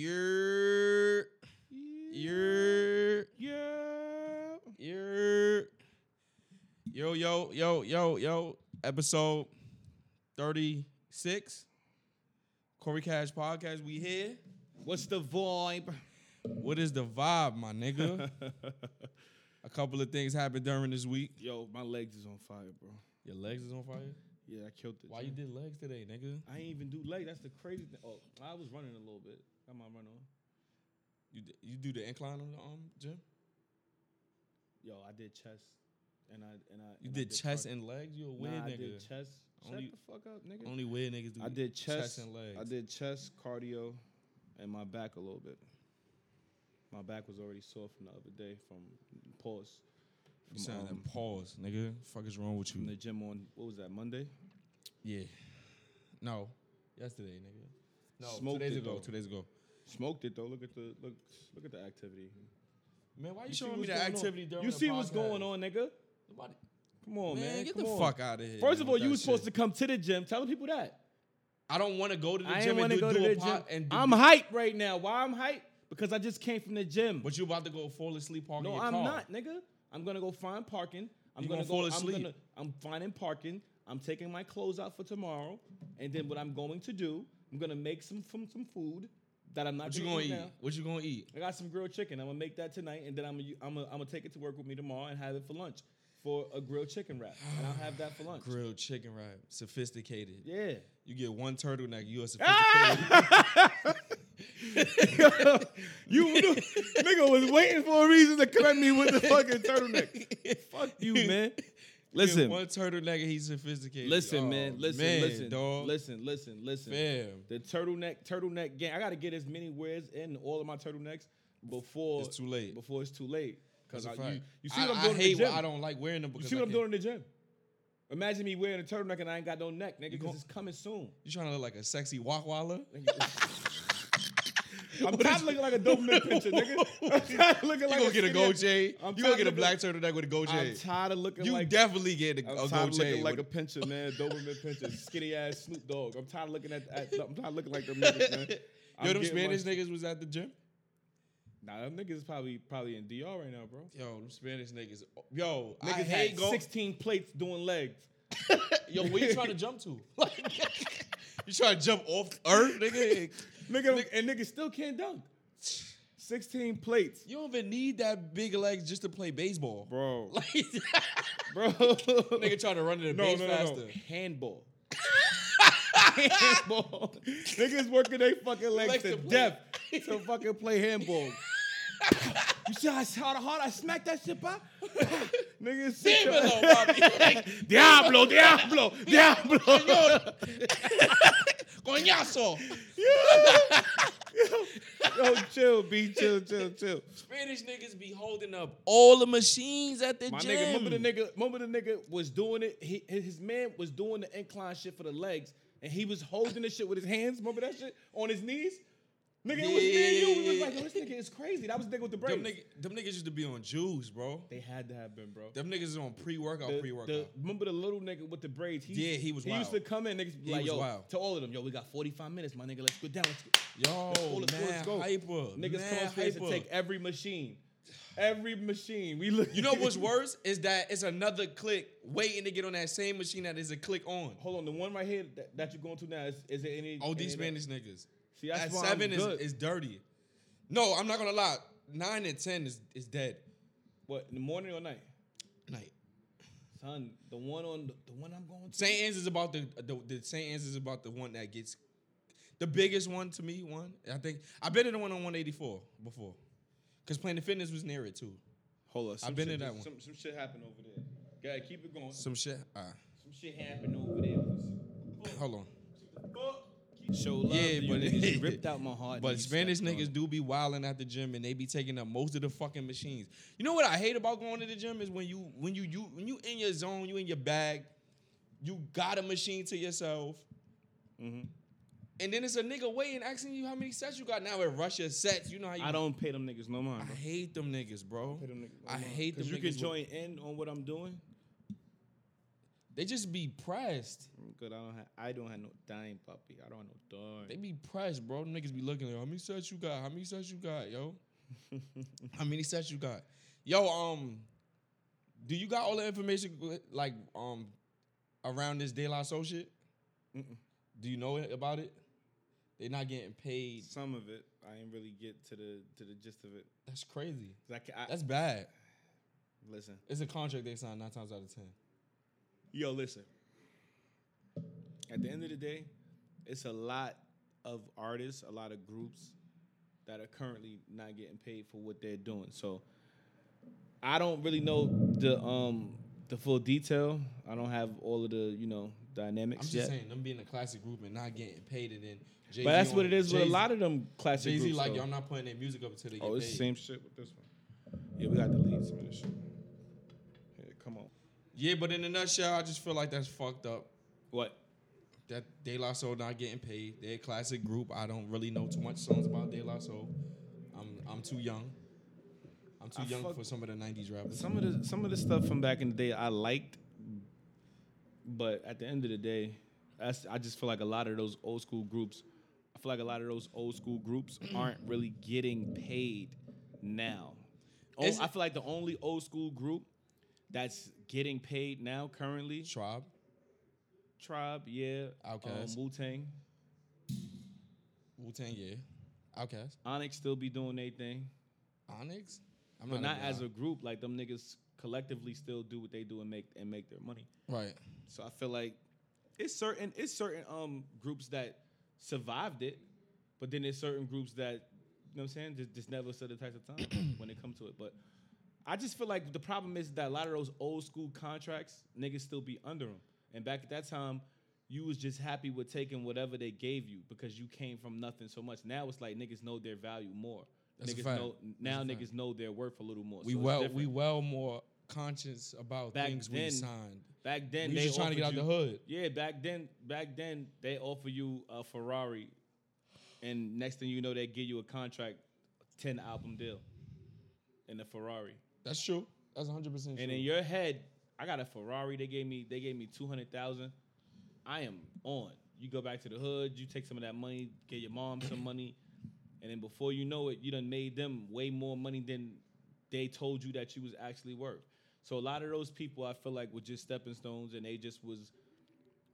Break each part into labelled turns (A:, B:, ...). A: You're you're
B: Yeah.
A: you're yo yo yo yo yo episode 36 Corey Cash podcast we here
B: What's the vibe?
A: what is the vibe my nigga a couple of things happened during this week
B: Yo, my legs is on fire, bro.
A: your legs is on fire
B: Yeah, I killed it.
A: why you did legs today nigga
B: I ain't even do legs. That's the crazy thing. Oh, I was running a little bit. I might run on.
A: you d- you do the incline on the um, arm Jim
B: Yo, I did chest, and I and I.
A: you
B: and I
A: did chest
B: front-
A: and legs you a weird
B: Nah, I
A: nigga
B: did chest. Shut
A: Only-
B: the fuck up, nigga.
A: only weird niggas do
B: I did chest,
A: and legs
B: I did chest, cardio, and my back a little bit. My back was already sore from the other day from pause.
A: you
B: From,
A: sound
B: um,
A: that pause nigga fuck is wrong with you
B: from the gym on what was that Monday?
A: Yeah. No. Yesterday, nigga. No,
B: Smoked
A: two days
B: it,
A: ago.
B: though.
A: Two days ago.
B: Smoked it though. Look at the look. Look at the activity.
A: Man, why you,
B: see
A: showing me
B: what's
A: the
B: going on.
A: activity during
B: You
A: the
B: see what's
A: podcast?
B: going on, nigga?
A: Nobody-
B: Come on,
A: man,
B: man.
A: get
B: Come
A: the
B: on.
A: fuck out of here.
B: First of all, you was supposed to come to the gym. Telling people that
A: I don't want to go to the
B: I
A: gym
B: ain't
A: and do,
B: want to go to
A: do a
B: the gym.
A: pod and do,
B: I'm hype right now. Why I'm hype? Because I just came from the gym.
A: But you about to go fall asleep parking
B: No,
A: your
B: I'm
A: car.
B: not, nigga. I'm gonna go find parking. I'm
A: You
B: gonna,
A: gonna fall
B: go,
A: asleep.
B: I'm, gonna, I'm finding parking. I'm taking my clothes out for tomorrow, and then what I'm going to do, I'm gonna make some from some food that I'm not.
A: What you
B: gonna
A: gonna
B: eat
A: eat?
B: now.
A: What you gonna eat?
B: I got some grilled chicken. I'm gonna make that tonight, and then I'm gonna, I'm gonna, I'm gonna take it to work with me tomorrow and have it for lunch for a grilled chicken wrap, and I'll have that for lunch.
A: Grilled chicken wrap. Sophisticated.
B: Yeah. Ah!
A: You get one turtleneck, you a sophisticated.
B: you knew- nigga was waiting for a reason to correct me with the fucking turtleneck. Fuck you, man.
A: Get
B: Listen,
A: One turtleneck and he's sophisticated.
B: Listen,
A: Oh,
B: man. Listen,
A: man,
B: listen,
A: dog.
B: listen, listen, listen.
A: Fam.
B: The turtleneck, turtleneck gang. I gotta get as many wears in all of my turtlenecks before
A: It's too late.
B: Before it's too late.
A: That's
B: Because
A: a
B: you,
A: fact.
B: you see what
A: I,
B: I'm
A: I
B: doing in the
A: hate why
B: gym.
A: I don't like wearing them
B: you
A: because
B: see
A: I
B: what I'm
A: can't-
B: doing in the gym. Imagine me wearing a turtleneck and I ain't got no neck, nigga,
A: gon-
B: because it's coming soon.
A: You trying to look like a sexy wakwala?
B: I'm tired of looking like a Doberman pincher, nigga. I'm tired of looking
A: You
B: like
A: gonna get a
B: skinny-
A: gold chain?
B: I'm
A: You gonna
B: tired
A: get a
B: of
A: black turtleneck with a gold
B: looking- I'm
A: chain?
B: tired of looking
A: You
B: like
A: definitely get a,
B: I'm
A: a
B: tired
A: gold
B: of looking
A: chain.
B: like a
A: with-
B: pincher, man. Doberman pincher, skinny ass Snoop Dogg. I'm tired of looking at. at I'm tired of looking like them niggas, man. I'm
A: Yo, them
B: getting
A: Spanish
B: my-
A: niggas was at the gym.
B: Nah, them niggas is probably probably in DR right now, bro.
A: Yo, them Spanish niggas. Yo, I
B: Niggas
A: hate
B: had
A: go-
B: 16 plates doing legs.
A: Yo, where you trying to jump to? you trying to jump off Earth, nigga?
B: Nigga, and niggas still can't dunk. 16 plates,
A: You don't even need that big legs just to play baseball,
B: bro.
A: Like,
B: Bro,
A: nigga trying to run to the base faster.
B: handball. handball. niggas working their fucking legs
A: Legs
B: to,
A: to play.
B: death to fucking play handball. you see how hard, hard I smacked that shit, by? niggas, sit your-
A: Dímelo, papi. Like,
B: Diablo, Diablo, Diablo.
A: coñazo.
B: Yo, chill, B, chill, chill, chill.
A: Spanish niggas be holding up all the machines at the
B: My
A: gym.
B: nigga, remember the nigga, remember the nigga was doing it. He, his man was doing the incline shit for the legs, and he was holding the shit with his hands. Remember that shit on his knees. Nigga, it was me and you. We was like, yo, this nigga is crazy. That was the nigga with the
A: Them,
B: braids.
A: nigga, them niggas used to be on juice, bro.
B: They had to have been, bro.
A: Them niggas is on pre-workout,
B: The-
A: pre-workout.
B: the- remember the little nigga with the braids? He,
A: Yeah, he was
B: He used to
A: wild.
B: come in, niggas be like,
A: was
B: yo,
A: wild.
B: to all of them, yo, we got 45 minutes, my nigga. Let's go down. Let's go.
A: Yo,
B: All the
A: man,
B: sports go.
A: hyper.
B: Niggas
A: man,
B: come upstairs and
A: hyper.
B: take every machine. Every machine. We look.
A: You know what's worse is that it's another click waiting to get on that same machine that is a click on.
B: Hold on, the one right here that, that you're going to now is, is it any?
A: Oh,
B: any
A: these Spanish niggas.
B: See, that's
A: That
B: why
A: 7
B: I'm
A: is,
B: good.
A: is dirty. No, I'm not gonna lie. Nine and ten is, is dead.
B: What in the morning or night?
A: Like
B: Son, the one on the, the one I'm going to.
A: St. Anne's is about the, the the St. Anne's is about the one that gets the biggest one to me. One, I think I've been to the one on 184 before, cause Planet Fitness was near it too.
B: Hold on, some
A: been
B: shit
A: in that
B: just-
A: one.
B: Some, some shit happened over there. Gotta keep it going. Some
A: Some shit. Uh,
B: shit happened over there.
A: hold on.
B: Show love.
A: Yeah,
B: to
A: but
B: you niggas. You
A: it-
B: ripped out my heart.
A: But
B: and you
A: Spanish
B: stepped on
A: niggas
B: it.
A: do be wilding at the gym and they be taking up most of the fucking machines. You know what I hate about going to the gym is when you when you you when you in your zone, you in your bag, you got a machine to yourself.
B: Mm-hmm.
A: And then it's a nigga waiting asking you how many sets you got. Now it rush your sets. You know how you
B: I don't pay them niggas no mind.
A: I
B: Bro.
A: hate them niggas, bro.
B: Pay them niggas no
A: I
B: mind.
A: hate them
B: 'Cause
A: niggas.
B: You can
A: with-
B: join in on what I'm doing.
A: They just be pressed.
B: I'm good. I don't have. I don't have no dime, puppy. I don't have no dime.
A: They be pressed, bro. Niggas be looking like, how many sets you got? How many sets you got, yo? how many sets you got? Yo, um, do you got all the information like um around this De La Soul shit?
B: Mm-mm.
A: Do you know it, about it? They not getting paid.
B: Some of it, I didn't really get to the to the gist of it.
A: That's crazy.
B: 'Cause I, ca- I-
A: That's bad.
B: listen,
A: It's a contract they signed nine times out of ten.
B: yo, listen. At the end of the day, it's a lot of artists, a lot of groups that are currently not getting paid for what they're doing. So I don't really know the um the full detail. I don't have all of the you know
A: I'm
B: dynamics
A: just
B: yet.
A: saying them being a classic group and not getting paid, and then Jay-Z
B: But that's
A: on-
B: what it is with
A: Jay-Z-
B: a lot of them classic
A: Jay Z
B: groups.
A: like
B: though.
A: y'all not putting their music up until they get
B: Oh, it's
A: paid.
B: the same shit with this one. Yeah, we got to leave some of this shit. Yeah, come on.
A: Yeah, but in a nutshell, I just feel like that's fucked up.
B: What?
A: That De La Soul not getting paid. They're a classic group. I don't really know too much songs about De La Soul. I'm I'm too young. I'm too
B: I
A: young
B: fuck-
A: for some of the '90s rappers.
B: Some of the some of the stuff from back in the day I liked, but at the end of the day, that's, I just feel like a lot of those old school groups. I feel like a lot of those old school groups aren't really getting paid now. O-
A: It's-
B: I feel like the only old school group that's getting paid now currently
A: Tribe.
B: Tribe, yeah, um,
A: Outkast.
B: Wu Tang,
A: Wu Tang, yeah. Outkast.
B: Onyx still be doing their thing.
A: Onyx. I'm
B: but not
A: guy.
B: as a group. Like them niggas collectively still do what they do and make and make their money.
A: right.
B: So I feel like it's certain it's certain um groups that survived it, but then there's certain groups that you know what I'm saying just, just never stood the test of time when it comes to it. But I just feel like the problem is that a lot of those old school contracts niggas still be under them. And back at that time, you was just happy with taking whatever they gave you because you came from nothing so much. Now it's like niggas know their value more.
A: That's a
B: niggas
A: fact.
B: know
A: That's
B: now
A: a fact.
B: niggas know their worth a little more.
A: We
B: So it's
A: well
B: different.
A: we well more conscious about
B: Back
A: things we
B: then,
A: signed.
B: back then
A: we
B: they
A: just trying to get out
B: offered
A: the
B: you-
A: hood.
B: Yeah, back then, back then they offer you a Ferrari, and next thing you know, they give you a contract, ten album deal, in the Ferrari.
A: That's true. That's 100 percent true.
B: And in your head, I got a Ferrari. They gave me, they gave me two hundred thousand. I am on. You go back to the hood. You take some of that money. Get your mom some money, and then before you know it, you done made them way more money than they told you that you was actually worth. So a lot of those people, I feel like, were just stepping stones, and they just was,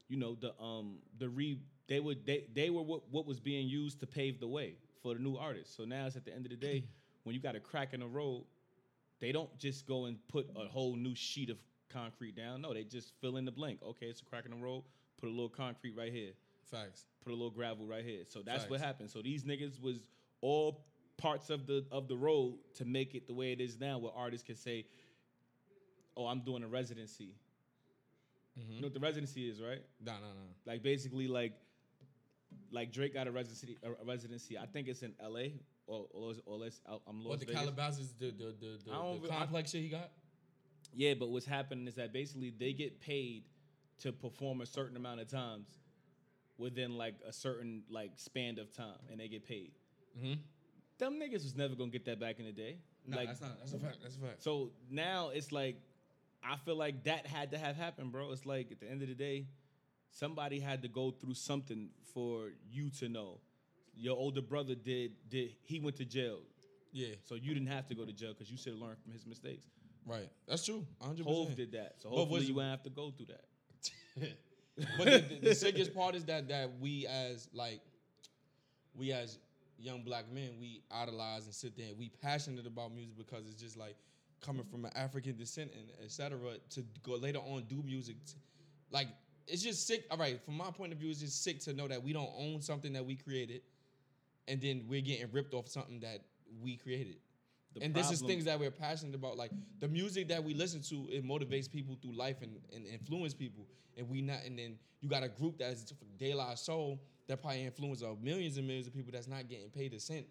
B: you know, the um the re they were they they were what what was being used to pave the way for the new artists. So now it's at the end of the day, when you got a crack in the road, they don't just go and put a whole new sheet of concrete down. No, they just fill in the blank. Okay, it's a crack in the road. Put a little concrete right here.
A: Facts.
B: Put a little gravel right here. So that's what
A: Facts.
B: happened. So these niggas was all parts of the of the road to make it the way it is now, where artists can say, "Oh, I'm doing a residency."
A: Mm-hmm.
B: You know what the residency is, right?
A: Nah, nah, nah.
B: Like basically, like like Drake got a residency. A residency. I think it's in L.A. or or, or let's I'm Las
A: What the
B: Vegas.
A: Calabasas, the the the, the,
B: I don't
A: the
B: re- I-
A: complex shit he got?
B: Yeah, but what's happening is that basically they get paid to perform a certain amount of times within like a certain like span of time, and they get paid.
A: Mm-hmm.
B: Them niggas was never gonna get that back in the day.
A: Nah,
B: like,
A: that's not. That's a fact. That's a fact.
B: so now it's like, I feel like that had to have happened, bro. It's like at the end of the day, somebody had to go through something for you to know. Your older brother did did he went to jail,
A: Yeah,
B: so you didn't have to go to jail because you should have learned from his mistakes.
A: right. That's true. 100.
B: Hove
A: percent
B: did that,
A: But
B: so
A: was-
B: hopefully you won't have to go through that.
A: But the, the, the sickest part is that that we as like we as young black men we idolize and sit there and we passionate about music because it's just like coming from an African descent and etc. To go later on do music, t- like it's just sick. All right, from my point of view, it's just sick to know that we don't own something that we created, and then we're getting ripped off something that we created.
B: The
A: and this is
B: problem-
A: things that we're passionate about. Like the music that we listen to, it motivates people through life and, and influence people. And we not and then you got a group that's De La Soul that probably influence of millions and millions of people that's not getting paid a cent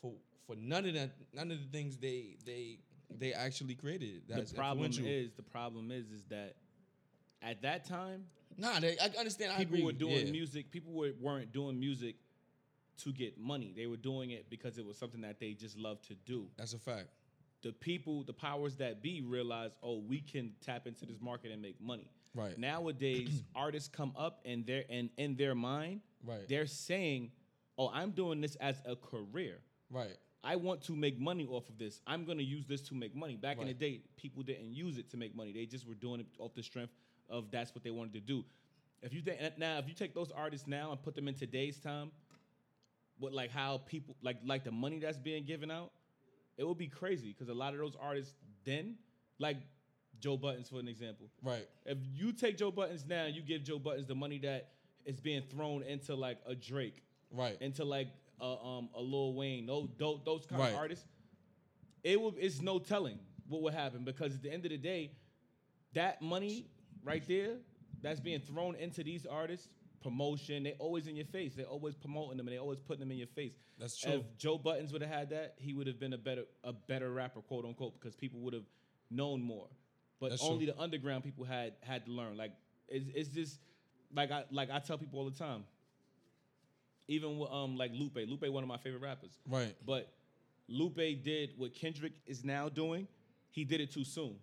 A: for for none of that none of the things they they they actually created. That's
B: the problem
A: influential.
B: is the problem is is that at that time
A: nah, they, I understand. I
B: people
A: agree
B: were
A: with-
B: doing
A: yeah.
B: music people were, weren't doing music to get money they were doing it because it was something that they just loved to do
A: That's a fact.
B: the people, the powers that be realize, oh, we can tap into this market and make money.
A: Right.
B: Nowadays, artists come up and they're and in their mind,
A: Right.
B: they're saying, Oh, I'm doing this as a career.
A: Right.
B: I want to make money off of this. I'm gonna use this to make money. Back in the
A: Right.
B: day, people didn't use it to make money. They just were doing it off the strength of that's what they wanted to do. If you think now, if you take those artists now and put them in today's time, with like how people like like the money that's being given out, it would be crazy because a lot of those artists then, like Joe Buttons for an example,
A: Right.
B: if you take Joe Buttons now, you give Joe Buttons the money that is being thrown into like a Drake,
A: Right.
B: into like a, um, a Lil Wayne, those those, those kind
A: Right.
B: of artists, it will it's no telling what would happen because at the end of the day, that money right there that's being thrown into these artists promotion they always in your face they always promoting them and they always putting them in your face
A: That's true.
B: if joe buttons would have had that he would have been a better a better rapper quote unquote because people would have known more but
A: That's
B: only the underground people had had to learn like it's, it's just like i like i tell people all the time even with um like lupe lupe one of my favorite rappers
A: Right.
B: but lupe did what kendrick is now doing he did it too soon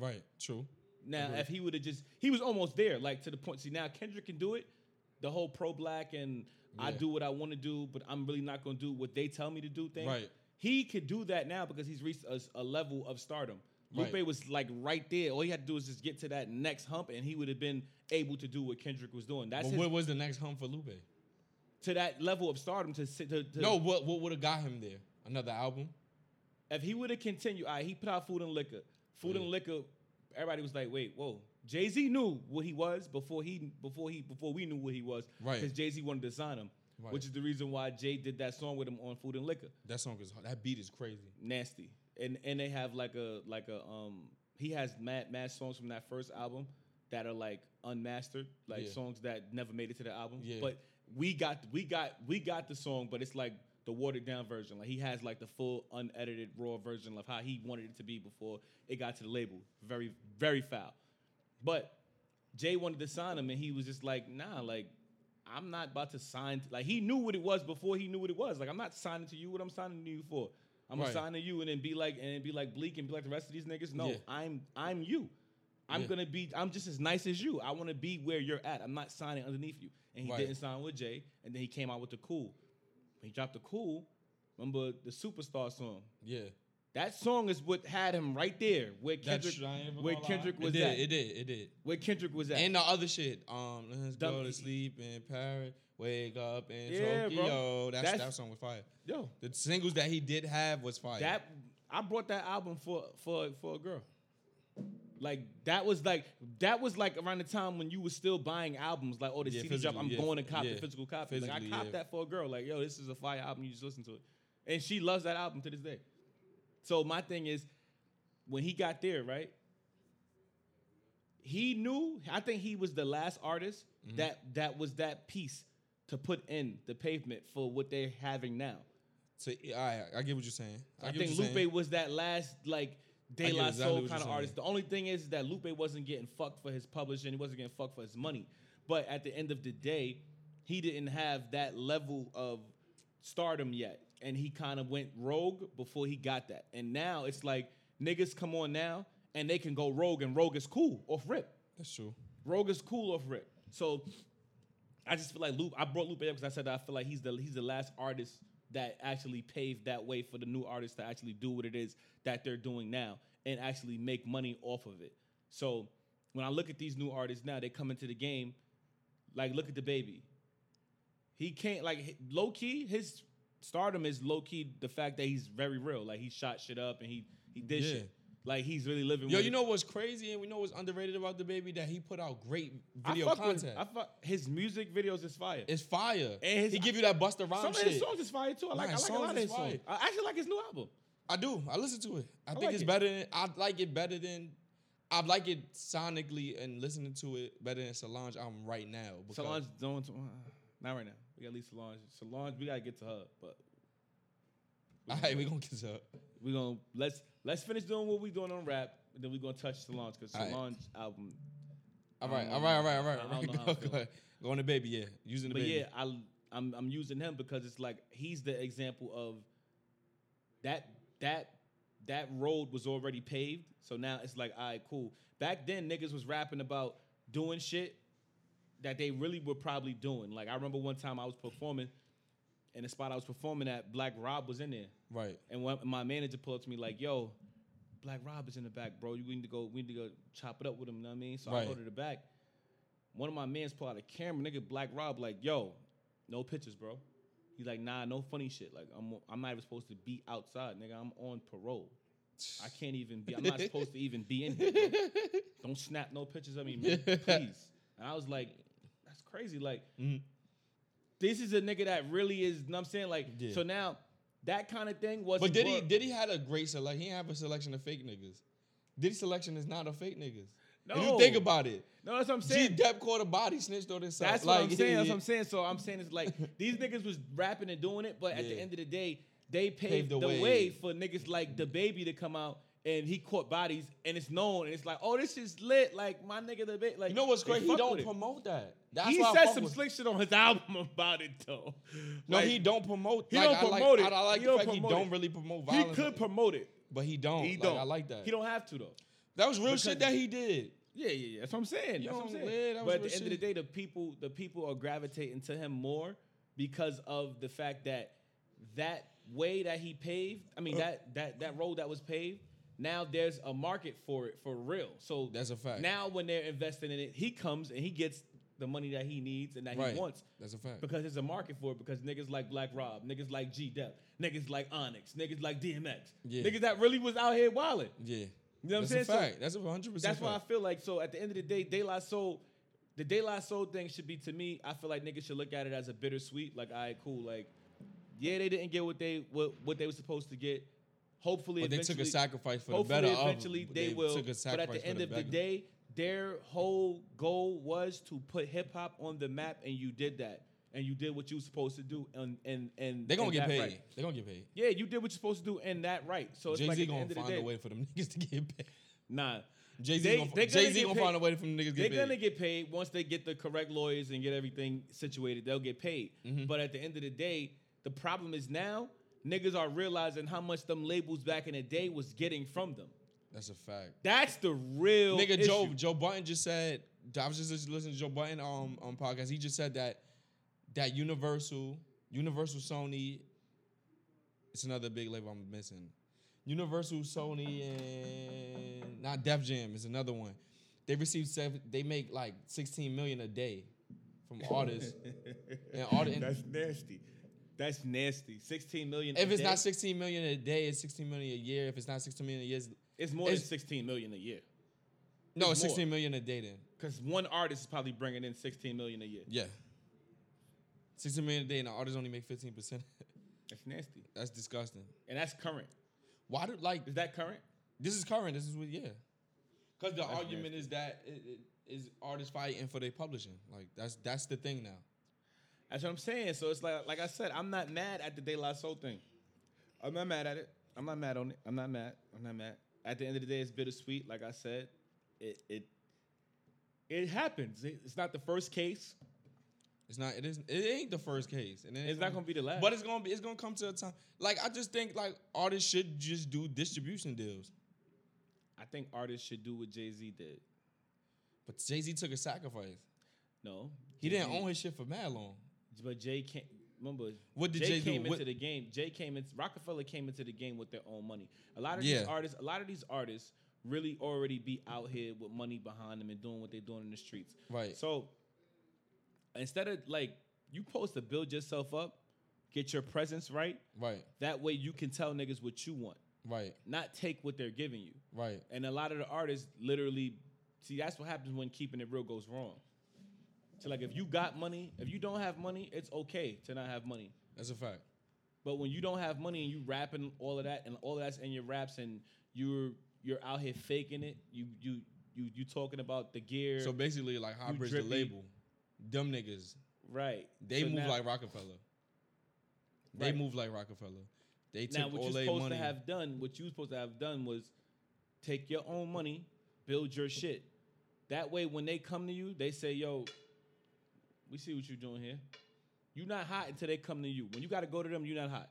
A: Right. True.
B: now, if he would have just, he was almost there, like to the point. See, now Kendrick can do it. The whole pro black and I
A: Yeah.
B: do what I want to do, but I'm really not going to do what they tell me to do thing.
A: Right.
B: He could do that now because he's reached a, s- a level of stardom. Lupe
A: Right.
B: was like right there. All he had to do was just get to that next hump, and he would have been able to do what Kendrick was doing. That's
A: But
B: his-
A: what was the next home for Lupe?
B: to that level of stardom. To, sit- to, to
A: No. What What would have got him there? Another album.
B: if he would have continued, all right, he put out Food and Liquor. Food and Liquor, everybody was like, wait, whoa. Jay Z knew what he was before he before he before we knew what he was.
A: Right.
B: Because Jay Z wanted to sign him,
A: Right.
B: which is the reason why Jay did that song with him on Food and Liquor.
A: That song is that beat is crazy.
B: Nasty. And and they have like a like a um he has mad mad songs from that first album that are like unmastered, like
A: Yeah.
B: songs that never made it to the album.
A: Yeah.
B: But we got we got we got the song, but it's like the watered down version. Like he has like the full unedited raw version of how he wanted it to be before it got to the label. Very very foul. But Jay wanted to sign him, and he was just like, "Nah, like I'm not about to sign." Like he knew what it was before he knew what it was. Like I'm not signing to you. What I'm signing to you for? I'm
A: Right.
B: gonna sign to you, and then be like, and be like bleak, and be like the rest of these niggas. No,
A: Yeah.
B: I'm I'm you. I'm
A: Yeah.
B: gonna be. I'm just as nice as you. I want to be where you're at. I'm not signing underneath you. And he
A: Right.
B: didn't sign with Jay, and then he came out with the cool. When he dropped the cool. Remember the superstar song?
A: Yeah.
B: That song is what had him right there where
A: That's
B: Kendrick,
A: true, I ain't even
B: where
A: gonna lie.
B: Kendrick was
A: it did,
B: at.
A: It did. It did.
B: Where Kendrick was at.
A: And the other shit. Um, let's go
B: Dumb- E
A: to sleep in Paris, wake up in
B: Yeah, bro.
A: Tokyo. That's,
B: That's-
A: that song was fire.
B: Yo,
A: The singles that he did have was fire.
B: that I brought that album for for for a girl. Like that was like that was like around the time when you were still buying albums. Like, oh, the
A: Yeah,
B: CD drop, I'm
A: physically, yeah.
B: going to cop
A: Yeah.
B: the physical copy. like I
A: Physically,
B: copped
A: yeah.
B: that for a girl. Like, yo, this is a fire album. You just listen to it, and she loves that album to this day. So my thing is, when he got there, right? He knew. I think he was the last artist
A: Mm-hmm.
B: that that was that piece to put in the pavement for what they're having now.
A: So, yeah, all right, I get what you're saying.
B: I,
A: get
B: think
A: what you're
B: Lupe
A: saying.
B: was that last like De
A: I get
B: La
A: exactly what
B: Soul
A: you're
B: kind of
A: saying.
B: artist. The only thing is that Lupe wasn't getting fucked for his publishing. He wasn't getting fucked for his money. But at the end of the day, he didn't have that level of stardom yet, and he kind of went rogue before he got that. And now it's like niggas come on now, and they can go rogue, and rogue is cool off rip.
A: That's true.
B: Rogue is cool off rip. So I just feel like Lupe. I brought Lupe up because I said that I feel like he's the he's the last artist that actually paved that way for the new artists to actually do what it is that they're doing now and actually make money off of it. So when I look at these new artists now, they come into the game. Like look at the baby. He can't like low key. His stardom is low key. The fact that he's very real. Like he shot shit up and he he did
A: Yeah.
B: shit. Like he's really living.
A: Yo,
B: with
A: you
B: it.
A: know what's crazy, and we know what's underrated about the baby that he put out great video
B: I fuck with-
A: content.
B: I fuck, his music videos is fire.
A: it's fire.
B: And his-
A: he give you that Busta Rhymes
B: Some of
A: shit.
B: his songs is fire too. I like,
A: Nah,
B: I like a
A: songs
B: lot of
A: is
B: his songs.
A: fire.
B: I actually like his new album.
A: I do. I listen to it. I, think
B: like
A: it's
B: it.
A: better than I like it better than I like it sonically and listening to it better than Solange album right now. Because
B: Solange doing to, uh, not right now. We gotta leave Solange. Solange, we gotta get to her, but
A: all right, we gonna get to it.
B: we gonna let's let's finish doing what we doing on rap, and then we are gonna touch Solange because
A: All right.
B: Solange album.
A: All
B: I
A: right,
B: don't
A: all right, all right, all
B: I
A: right,
B: don't
A: all right.
B: know how I
A: Go,
B: feel.
A: go, ahead. go on the baby, yeah. Using the
B: But
A: baby.
B: yeah, I I'm I'm using him because it's like he's the example of that that that road was already paved. So now it's like, all right, cool. Back then, niggas was rapping about doing shit that they really were probably doing. Like I remember one time I was performing, and the spot I was performing at, Black Rob was in there,
A: Right.
B: and one, my manager pulled up to me like, "Yo, Black Rob is in the back, bro. You need to go. We need to go chop it up with him. You know what I mean?" So I go
A: Right.
B: to the back. One of my mans pulled out a camera, nigga. Black Rob like, "Yo, no pictures, bro." He's like, "Nah, no funny shit. Like I'm, I'm not even supposed to be outside, nigga. I'm on parole." I can't even be. I'm not supposed to even be in here. bro. Don't snap no pictures of me, man. Please. And I was like, that's crazy. Like,
A: Mhm.
B: this is a nigga that really is. Know what I'm saying like,
A: Yeah.
B: so now that kind of thing was.
A: But did he did he had a great select? He didn't have a selection of fake niggas. Diddy selection is not a fake niggas.
B: No.
A: If you think about it,
B: No, that's what I'm
A: G
B: saying.
A: Dep caught a body snitched on himself.
B: That's what I'm saying. That's what I'm saying. So I'm saying it's like these niggas was rapping and doing it, but at the
A: Yeah.
B: end of the day, they paved,
A: Paved
B: the,
A: the
B: way.
A: way.
B: for niggas like the baby to come out and he caught bodies and it's known and it's like, oh, this is lit. Like my nigga, the baby. Like
A: You know what's
B: they
A: crazy? He
B: fuck with
A: don't
B: it.
A: promote that. That's
B: he
A: why I
B: said
A: fuck
B: some
A: with-
B: slick shit on his album about it though.
A: No,
B: Like,
A: he don't promote.
B: he
A: like,
B: don't
A: I like-
B: promote it.
A: I, I like
B: He
A: the
B: don't
A: fact he
B: promote
A: don't
B: it.
A: really promote
B: he
A: violence.
B: could promote it.
A: but he don't.
B: He
A: Like,
B: don't.
A: I like that.
B: He don't have to though.
A: That was real
B: Because-
A: shit that he did.
B: Yeah, yeah, yeah. That's what I'm saying.
A: You
B: That's what
A: don't
B: I'm saying.
A: live, that was
B: but at the
A: real
B: end of the
A: shit.
B: day, the people, the people are gravitating to him more because of the fact that that way that he paved. I
A: Uh.
B: mean, that that that road that was paved. Now there's a market for it for real. So
A: That's a fact.
B: Now when they're investing in it, he comes and he gets the money that he needs and that
A: right.
B: he wants.
A: That's a fact.
B: Because there's a market for it. Because niggas like Black Rob, niggas like G Dep, niggas like Onyx, niggas like DMX,
A: Yeah.
B: niggas that really was out here wilding.
A: yeah.
B: You know what I'm
A: that's
B: saying?
A: A
B: So-
A: fact. that's a hundred percent.
B: That's why I feel like so. At the end of the day, De La Soul, the De La Soul thing should be to me. I feel like niggas should look at it as a bittersweet. Like, all right, cool. Like, yeah, they didn't get what they what what they were supposed to get. Hopefully,
A: But they took a
B: eventually-
A: sacrifice for the
B: hopefully
A: better. of it,
B: eventually
A: but
B: they, will.
A: Took a
B: but
A: sacrifice
B: at the
A: for
B: end of the
A: better.
B: day, their whole goal was to put hip hop on the map, and you did that, and you did what you were supposed to do, and and and
A: they're gonna
B: and
A: get
B: that
A: paid.
B: right.
A: They're gonna get paid.
B: Yeah, you did what you're supposed to do, and that right. So it's
A: Jay Z
B: like at the
A: gonna
B: end of the
A: find
B: day,
A: a way for them niggas to get paid.
B: nah.
A: Jay Z
B: They-
A: gonna,
B: they're gonna
A: Jay-Z
B: get
A: gonna
B: paid-
A: find a way for them niggas to
B: They're
A: get
B: gonna
A: paid.
B: get paid once they get the correct lawyers and get everything situated. They'll get paid. But at the end of the day, the problem is now niggas are realizing how much them labels back in the day was getting from them.
A: That's a fact.
B: That's the real
A: Nigga,
B: issue.
A: Joe Joe Button just said. I was just listening to Joe Button um on podcast. He just said that that Universal, Universal Sony, it's another big label I'm missing. Universal Sony and not Def Jam is another one. They receive seven. They make like 16 million a day from artists. and all the-
B: That's nasty. That's nasty. Sixteen million.
A: if
B: a
A: it's
B: day.
A: not 16 million a day, it's 16 million a year. If it's not 16 million a year, it's,
B: it's more than
A: it's-
B: sixteen million a year.
A: no,
B: It's
A: it's
B: more.
A: 16 million a day then.
B: Because one artist is probably bringing in sixteen million a year.
A: Yeah. 16 million a day and the artists only make 15%.
B: That's nasty,
A: That's disgusting.
B: and that's current.
A: Why do like
B: Is that current?
A: this is current? This is what yeah. Because the
B: That's
A: argument is that it, it is artists fighting for their publishing. Like that's that's the thing now.
B: That's what I'm saying. So it's like, like I said, I'm not mad at the De La Soul thing. I'm not mad at it. I'm not mad on it. I'm not mad. I'm not mad. At the end of the day, it's bittersweet. Like I said, it it it happens. It- It's not the first case.
A: It's not. It isn't. It ain't the first case, and it ain't
B: It's not gonna be the last.
A: But it's gonna be. It's gonna come to a time. Like I just think like artists should just do distribution deals.
B: I think artists should do what Jay Z did.
A: But Jay Z took a sacrifice.
B: No,
A: He didn't
B: Jay-Z-
A: own his shit for mad long.
B: But Jay can't. Remember,
A: What did Jay do?
B: came
A: What-
B: into the game? Jay came in. Rockefeller came into the game with their own money. A lot of
A: Yeah.
B: these artists, a lot of these artists, really already be out here with money behind them and doing what they're doing in the streets.
A: Right.
B: So instead of like you supposed to build yourself up, get your presence right.
A: Right.
B: That way you can tell niggas what you want,
A: Right.
B: not take what they're giving you.
A: Right.
B: And a lot of the artists literally see that's what happens when keeping it real goes wrong. So like if you got money, if you don't have money, it's okay to not have money.
A: That's a fact.
B: But when you don't have money and you rapping all of that and all of that's in your raps and you're you're out here faking it, you you you you talking about the gear,
A: So basically, like
B: You
A: Hybrid's the
B: drippy.
A: label. Them niggas,
B: right?
A: they
B: So
A: move
B: now-
A: like Rockefeller. They
B: Right.
A: move like Rockefeller. They took
B: Now, what
A: all
B: you're
A: their
B: supposed
A: money.
B: to have done, what you supposed to have done was take your own money, build your shit. That way, when they come to you, they say, "Yo, we see what you're doing here. You're not hot until they come to you. When you got to go to them, you're not hot.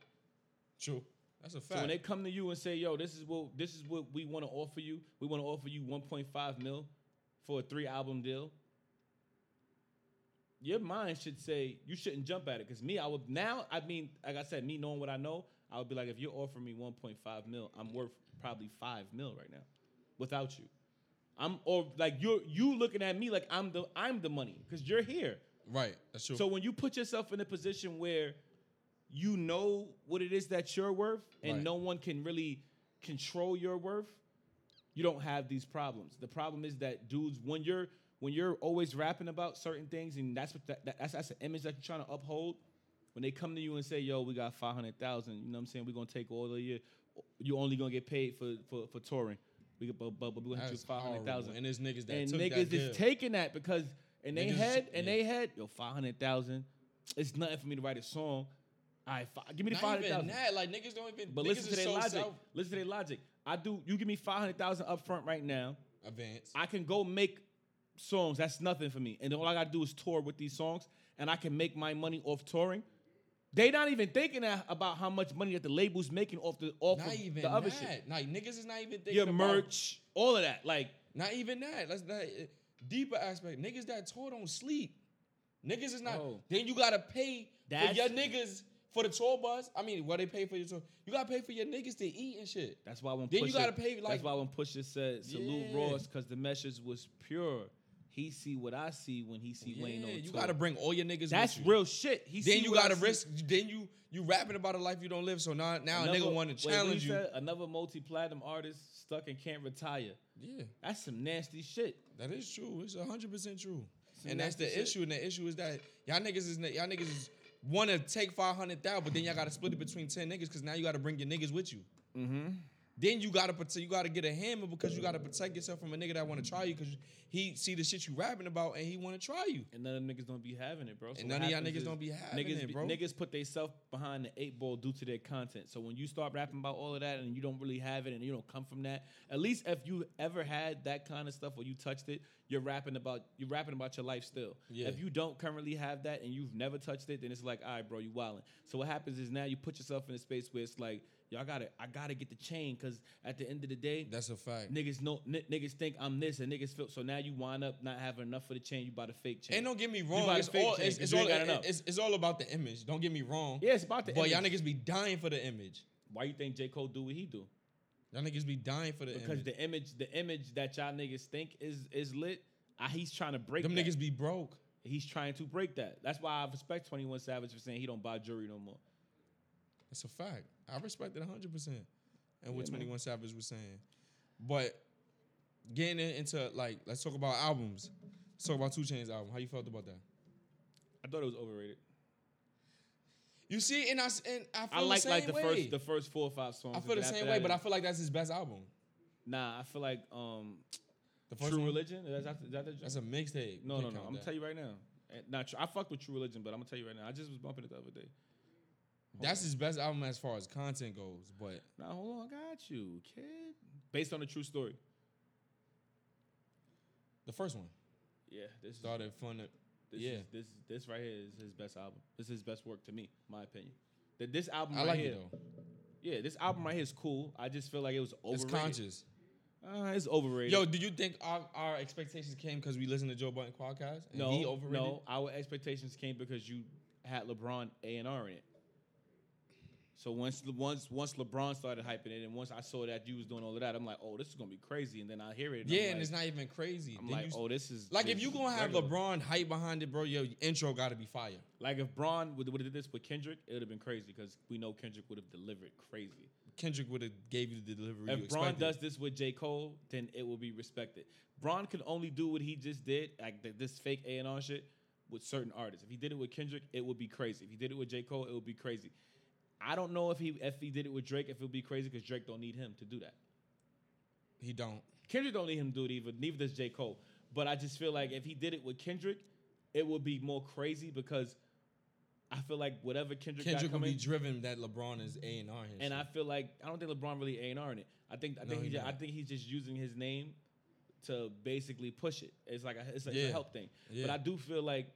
A: True. That's a
B: So when
A: fact.
B: they come to you and say, "Yo, this is what this is what we want to offer you. We want to offer you 1.5 mil for a three album deal." Your mind should say you shouldn't jump at it because me, I would now. I mean, like I said, me knowing what I know, I would be like, if you're offering me 1.5 mil, I'm worth probably five mil right now, without you. I'm or like you're you looking at me like I'm the I'm the money because you're here.
A: right. That's true.
B: So when you put yourself in a position where you know what it is that you're worth and
A: Right.
B: no one can really control your worth, you don't have these problems. The problem is that dudes when you're when you're always rapping about certain things and that's what that, that- that's that's the image that you're trying to uphold, when they come to you and say, "Yo, we got 500,000, you know what I'm saying? We're going to take all of your you only going to get paid for for for touring. We could, but, but, but we're going to do
A: That's horrible.
B: 500,000."
A: And there's niggas that
B: and
A: took
B: niggas
A: that
B: is
A: deal.
B: taking that because in they
A: Niggas is-
B: head and
A: yeah.
B: they head yo five hundred thousand. It's nothing for me to write a song. I give me the five
A: Not
B: hundred
A: even
B: thousand.
A: that. Like niggas don't even.
B: But
A: niggas
B: listen to
A: is
B: their
A: so
B: logic.
A: self-
B: Listen to their logic. I do. You give me five hundred thousand up front right now.
A: Advance.
B: I can go make songs. That's nothing for me. And all I gotta do is tour with these songs, and I can make my money off touring. They not even thinking a- about how much money that the label's making off the off
A: Not
B: of
A: even
B: the other
A: that.
B: shit.
A: Like niggas is not even thinking
B: Your
A: about-
B: merch, all of that. Like
A: Not even that. Let's not eh, deeper aspect. Niggas that tour don't sleep. Niggas is not.
B: Oh.
A: Then you gotta pay
B: That's-
A: for your niggas for the tour bus. I mean, what they pay for your tour? You gotta pay for your niggas to eat and shit.
B: That's why when
A: Then you
B: Pusha-
A: gotta pay, like-
B: that's why when Pusha said uh, salute
A: Yeah.
B: Ross because the message was pure. He see what I see when he see Wayne on
A: Yeah, you
B: tour.
A: gotta bring all your niggas.
B: That's
A: with you.
B: real shit. He see
A: Then you
B: what I
A: gotta
B: see.
A: risk. Then you you rapping about a life you don't live. So now now a nigga want to
B: wait, what
A: challenge
B: he
A: you.
B: said? another multi platinum artist stuck and can't retire.
A: Yeah,
B: That's some nasty shit.
A: that is true. It's hundred percent true.
B: Some
A: and that's the
B: nasty shit.
A: issue. And the issue is that y'all niggas is na- y'all niggas is want to take five hundred thousand, but then y'all gotta split it between ten niggas because now you gotta bring your niggas with you.
B: Mm-hmm.
A: Then you gotta prote- you gotta get a hammer because you gotta protect yourself from a nigga that want to try you because he see the shit you rapping about and he want to try you.
B: And none of them niggas don't be having it, bro. So
A: And
B: what
A: none of y'all
B: happens
A: niggas
B: is
A: don't be having
B: niggas
A: it,
B: be-
A: bro.
B: Niggas put themselves behind the eight ball due to their content. So when you start rapping about all of that and you don't really have it and you don't come from that, at least if you ever had that kind of stuff or you touched it, you're rapping about you're rapping about your life still.
A: Yeah.
B: If you don't currently have that and you've never touched it, then it's like, all right, bro, you wildin'. So what happens is now you put yourself in a space where it's like, yo, I gotta, I gotta get the chain because at the end of the day,
A: That's a fact.
B: Niggas know n- niggas think I'm this and niggas feel so now you wind up not having enough for the chain you buy the fake chain.
A: And don't get me
B: You
A: wrong,
B: buy the
A: it's
B: fake
A: all
B: chain
A: it's,
B: 'cause
A: it's
B: you
A: all
B: ain't got enough.
A: it's, it's all about the image. Don't get me wrong.
B: yeah, it's about the
A: But y'all
B: image.
A: niggas be dying for the image.
B: Why you think J Cole do what he do?
A: Y'all niggas be dying for the
B: Because
A: image.
B: the image the image that y'all niggas think is is lit. I, he's trying to break
A: Them
B: that.
A: niggas be broke.
B: He's trying to break that. That's why I respect Twenty One Savage for saying he don't buy jewelry no more.
A: That's a fact. I respect it 100%. And what
B: Yeah, man.
A: 21 Savage was saying. But getting in- into, like, let's talk about albums. Let's talk about 2 Chainz album. How you felt about that?
B: I thought it was overrated.
A: You see, and I, s- and I feel
B: I like
A: the same
B: like the
A: way.
B: first the first four or five songs.
A: I feel the
B: and then after
A: same
B: that
A: way, but
B: it-
A: I feel like that's his best album.
B: nah, I feel like um
A: The first
B: True
A: one,
B: Religion. Is that, is that the
A: that's a mixtape.
B: No, no, no. I'm gonna tell you right now. Eh, Not true. I fucked with True Religion, but I'm gonna tell you right now. I just was bumping it the other day. Hold
A: That's
B: on.
A: his best album as far as content goes, but
B: Nah, hold on. I got you, kid. Based on a true story.
A: the first one
B: Yeah, this is
A: started from the
B: this
A: yeah.
B: is, this this right here is his best album. This is his best work to me, my opinion. That this album
A: I
B: right
A: like
B: here,
A: it though.
B: yeah, this album right here is cool. I just feel like it was overrated.
A: It's conscious.
B: Uh, it's overrated.
A: Yo, do you think our, our expectations came because we listened to Joe Button podcast? And
B: no,
A: he overrated?
B: no. Our expectations came because you had LeBron A and R in it. So once once once LeBron started hyping it, and once I saw that you was doing all of that, I'm like, oh, this is gonna be crazy. And then I hear it. And
A: Yeah,
B: I'm
A: and
B: like,
A: it's not even crazy.
B: I'm
A: Then
B: like,
A: you-
B: oh, this is
A: like if
B: this
A: you
B: is
A: gonna have
B: regular.
A: LeBron hype behind it, bro, your intro gotta be fire.
B: Like if Braun would would have did this with Kendrick, it would have been crazy because we know Kendrick would have delivered crazy.
A: Kendrick would have gave you the delivery. you
B: if Braun
A: expected.
B: does this with J. Cole, then it will be respected. Braun could only do what he just did, like th- this fake A and R shit, with certain artists. If he did it with Kendrick, it would be crazy. If he did it with J. Cole, it would be crazy. I don't know if he if he did it with Drake, if it would be crazy because Drake don't need him to do that.
A: he don't.
B: Kendrick don't need him to do it either. Neither does J. Cole. But I just feel like if he did it with Kendrick, it would be more crazy because I feel like whatever Kendrick,
A: Kendrick
B: got
A: would be
B: coming,
A: driven that LeBron is A and R.
B: and I feel like I don't think LeBron really ain't R in it. I think I
A: No,
B: think
A: he
B: he, ju- I
A: not.
B: think he's just using his name to basically push it. It's like a, it's like
A: Yeah.
B: a help thing.
A: Yeah.
B: But I do feel like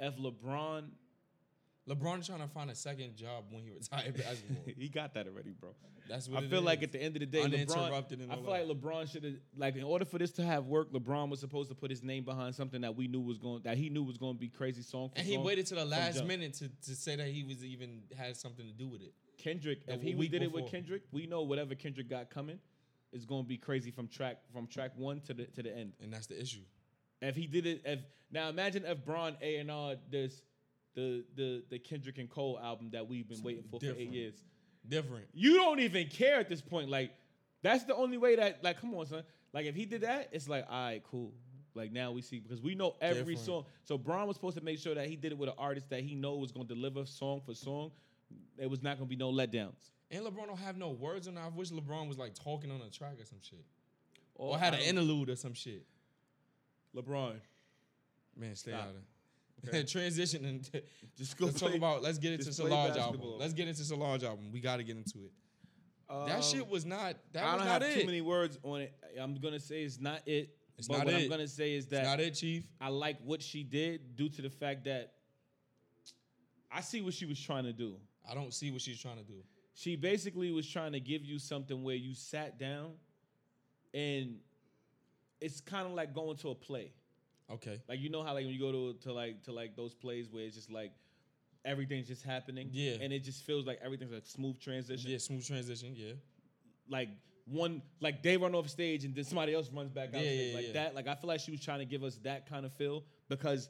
B: if LeBron
A: LeBron trying to find a second job when he retired basketball.
B: he got that already, bro.
A: That's what
B: I
A: it
B: feel like
A: is.
B: at the end of the day,
A: Uninterrupted
B: LeBron.
A: in
B: I
A: the
B: feel
A: lab.
B: like LeBron should have like in order for this to have worked, LeBron was supposed to put his name behind something that we knew was going that he knew was going to be crazy song. For
A: and he
B: song.
A: waited to the last
B: jump.
A: minute to, to say that he was even had something to do with it.
B: Kendrick.
A: a
B: If he
A: week
B: did it
A: before.
B: with Kendrick, we know whatever Kendrick got coming is going to be crazy from track from track one to the to the end.
A: And that's the issue.
B: If he did it, if now imagine if Braun A and R this the the the Kendrick and Cole album that we've been waiting for for
A: different.
B: eight years.
A: Different.
B: You don't even care at this point. Like that's the only way that like come on son. Like if he did that, it's like all right, cool. Like now we see because we know every
A: Different.
B: song. So Braun was supposed to make sure that he did it with an artist that he know was going to deliver song for song. There was not going to be no letdowns.
A: And LeBron don't have no words on it. I wish LeBron was like talking on a track or some shit.
B: Oh,
A: Or had an interlude or some shit.
B: LeBron.
A: Man, stay
B: Stop.
A: out of there. Transition and
B: Just
A: let's talk about let's get into
B: just play
A: Solange album.
B: basketball.
A: Let's get into Solange album. We gotta get into it. that shit was not that
B: Um, I
A: was
B: don't
A: not
B: have
A: it.
B: too many words on it. I'm gonna say it's not it.
A: It's
B: but
A: not
B: what
A: it.
B: I'm gonna say is
A: It's not
B: that
A: it, Chief.
B: I like what she did due to the fact that I see what she was trying to do.
A: I don't see what she's trying to do.
B: She basically was trying to give you something where you sat down and it's kind of like going to a play.
A: Okay.
B: Like you know how like when you go to to like to like those plays where it's just like everything's just happening.
A: Yeah.
B: And it just feels like everything's like smooth transition.
A: Yeah, smooth transition. Yeah.
B: like one like they run off stage and then somebody else runs back out
A: Yeah,
B: stage,
A: yeah,
B: like
A: yeah.
B: that. Like I feel like she was trying to give us that kind of feel because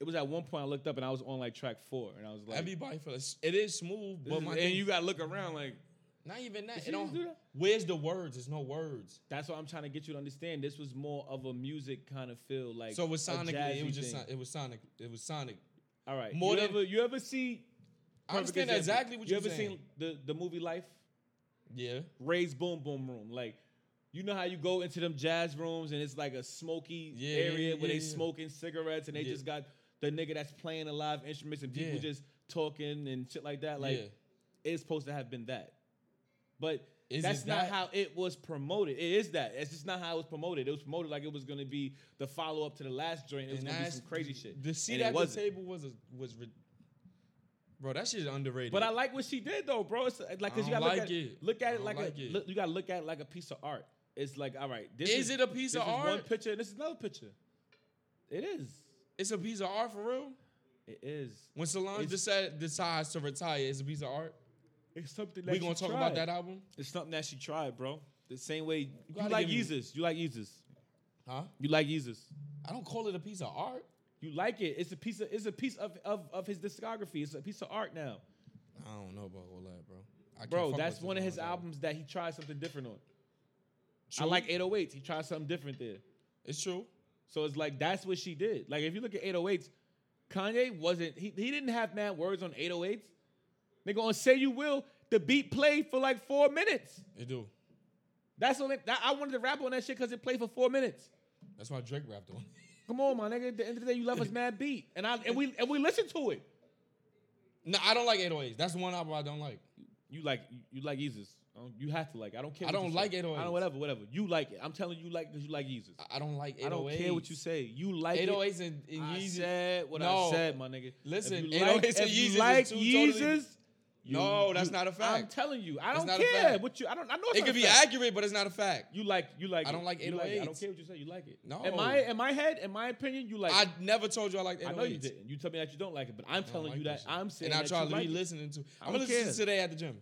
B: it was at one point I looked up and I was on like track four and I was like,
A: Everybody feels it is smooth,
B: this
A: but
B: is-
A: my
B: and
A: thing,
B: you gotta look around like
A: not even that.
B: Did
A: It
B: she
A: don't,
B: just do that?
A: Where's the words? There's no words.
B: that's what I'm trying to get you to understand. This was more of a music kind of feel, like
A: so it was
B: a
A: sonically, it
B: jazzy
A: was just
B: thing.
A: son- it was sonic. It was sonic.
B: all right.
A: more
B: you
A: than-
B: ever you ever see?
A: I understand
B: perfect example.
A: exactly what
B: you
A: you're
B: ever
A: saying.
B: seen the the movie Life.
A: yeah.
B: Ray's Boom Boom Room. Like, you know how you go into them jazz rooms and it's like a smoky
A: Yeah, yeah,
B: area
A: yeah,
B: where they
A: yeah.
B: smoking cigarettes and they
A: Yeah.
B: just got the nigga that's playing the live instruments and people
A: Yeah.
B: just talking and shit like that. Like,
A: yeah.
B: it's supposed to have been that. But
A: Is
B: that's
A: it
B: not
A: that?
B: how it was promoted. It is that. It's just not how it was promoted. It was promoted like it was gonna be the follow up to the last joint. It was
A: And
B: gonna be
A: that's-
B: some crazy shit.
A: The seat
B: And it
A: at the
B: wasn't.
A: table was a, was, re- bro. That shit is underrated.
B: But I like what she did though, bro. It's like
A: I
B: cause
A: don't
B: you gotta
A: like
B: look at it,
A: it.
B: look at
A: I
B: it
A: don't
B: like,
A: like
B: a
A: it.
B: Look, you gotta look at it like a piece of art. It's like all right, this
A: Is it a piece
B: this
A: of
B: is One
A: art?
B: picture. This is another picture. It is.
A: it's a piece of art for real.
B: It is.
A: When Solange
B: It's-
A: decide, decides to retire, it's a piece of art.
B: It's something that
A: We gonna
B: she
A: talk
B: tried.
A: about that album,
B: It's something that she tried, bro. The same way you,
A: gotta
B: like
A: give me-
B: Jesus. You like Jesus.
A: huh?
B: You like Jesus.
A: I don't call it a piece of art.
B: You like it. It's a piece of. It's a piece of of, of his discography. It's a piece of art now,
A: I don't know about all that, bro. I can't fuck
B: bro.
A: with
B: That's one of
A: Solange
B: his
A: album.
B: albums that he tried something different on. I
A: True.
B: like 808s. He tried something different there.
A: It's true.
B: So it's like that's what she did. Like if you look at 808s, Kanye wasn't he, he didn't have mad words on 808s. They gonna say you will. The beat played for like four minutes.
A: It do.
B: That's what it- that, I wanted to rap on that shit because it played for four minutes.
A: That's why Drake rapped on. it.
B: Come on, my nigga. At the end of the day, you left us mad beat, and I and we and we listened to it.
A: no, I don't like 808s. That's the one album I don't like.
B: You like you, you like Jesus. Um, You have to like. it. I don't care.
A: I
B: what you
A: don't
B: say.
A: like
B: I
A: 808s.
B: don't whatever whatever. You like it. I'm telling you, you like because you like Jesus.
A: I- I don't like 808s.
B: I don't care what you say. You like it.
A: 808s and, and
B: I
A: Yeezy.
B: said what
A: No.
B: I said, my nigga.
A: Listen,
B: if you
A: 808s and
B: like, if you
A: Yeezys is
B: like
A: two totally-
B: Yeezys, you-
A: No, that's
B: you-
A: not a
B: I'm
A: fact.
B: telling you, I
A: It's
B: don't
A: not a
B: care
A: fact.
B: what you. I don't. I know it's
A: It
B: not
A: could
B: a
A: be
B: fact.
A: accurate, but it's not a fact.
B: You like, you like.
A: I
B: it.
A: don't like
B: You it. I
A: 808s.
B: don't care what you say. You like it.
A: No.
B: In my in my head, in my opinion, you like.
A: I
B: it.
A: never told you I liked 808s.
B: I know you didn't. You tell me that you don't like it, but I'm telling
A: like
B: you
A: that
B: that
A: shit.
B: I'm saying
A: And I
B: that
A: tried
B: you
A: to
B: like
A: be
B: it.
A: listening to. I'm
B: don't
A: gonna listen to
B: care.
A: it today at the gym.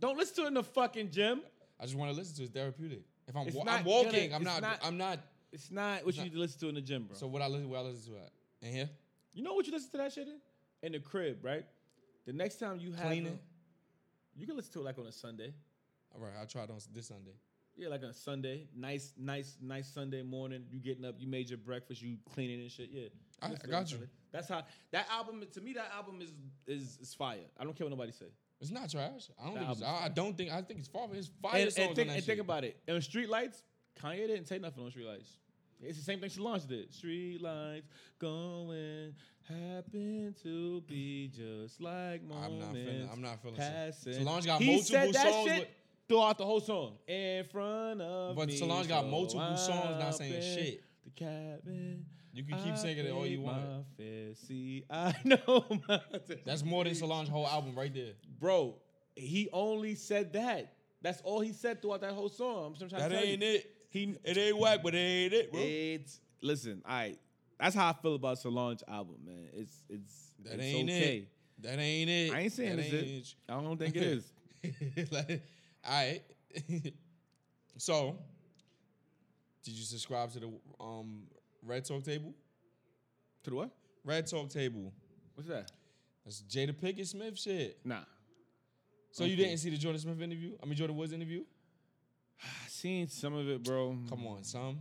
B: Don't listen to it in the fucking gym.
A: I just want to listen to it. It's therapeutic. If I'm,
B: It's
A: wa-
B: not
A: I'm
B: gonna-
A: walking, I'm
B: it's
A: not,
B: not-
A: I'm not.
B: It's not what
A: It's not-
B: you need to listen to in the gym, bro.
A: So what I listen, what I listen to at in here,
B: you know what you listen to that shit in? In the crib, right? The next time you have,
A: Clean
B: a-
A: it.
B: you can listen to it like on a Sunday.
A: all right. I tried on this Sunday.
B: Yeah, like on a Sunday, nice, nice, nice Sunday morning. You getting up, you made your breakfast, you cleaning and shit. Yeah,
A: I- I
B: Listen to
A: got
B: it on
A: you.
B: Sunday. That's how that album to me. That album is is is fire. I don't care what nobody say.
A: It's not trash. I don't
B: That
A: think. It's,
B: album's
A: I, I don't think. I think it's far. It's fire
B: And, and
A: songs
B: think,
A: on that
B: and
A: shit.
B: think about it. And Street Lights, Kanye didn't say nothing on Street Lights. It's the same thing Solange did. Street Lights going happen to be just like moments.
A: I'm not feeling. I'm not feeling. Sol-
B: passing.
A: Solange got
B: he
A: multiple
B: said that
A: songs.
B: shit
A: with-
B: throughout the whole song. In front of
A: But
B: me,
A: Solange got
B: so
A: multiple songs not
B: I'm
A: saying
B: in
A: shit.
B: The cabin.
A: You can keep singing it all you want.
B: See, I know my
A: That's more than Solange's whole album right there.
B: bro. He only said that. That's all he said throughout that whole song. I'm trying to
A: That
B: tell you.
A: ain't it.
B: He
A: It ain't whack, but it ain't it, bro.
B: It's listen, all right. That's how I feel about Solange album, man. It's it's
A: That
B: it's
A: ain't
B: okay.
A: it. That ain't it.
B: I ain't saying
A: that
B: it's it. I don't think it is.
A: it. like, all right. so, did you subscribe to the um Red Talk Table?
B: To the what?
A: Red Talk Table.
B: What's that?
A: That's Jada Pickett Smith shit.
B: Nah.
A: So you
B: Okay.
A: didn't see the Jordan Smith interview? I mean Jordan Woods interview?
B: I seen some of it, bro.
A: Come on, some.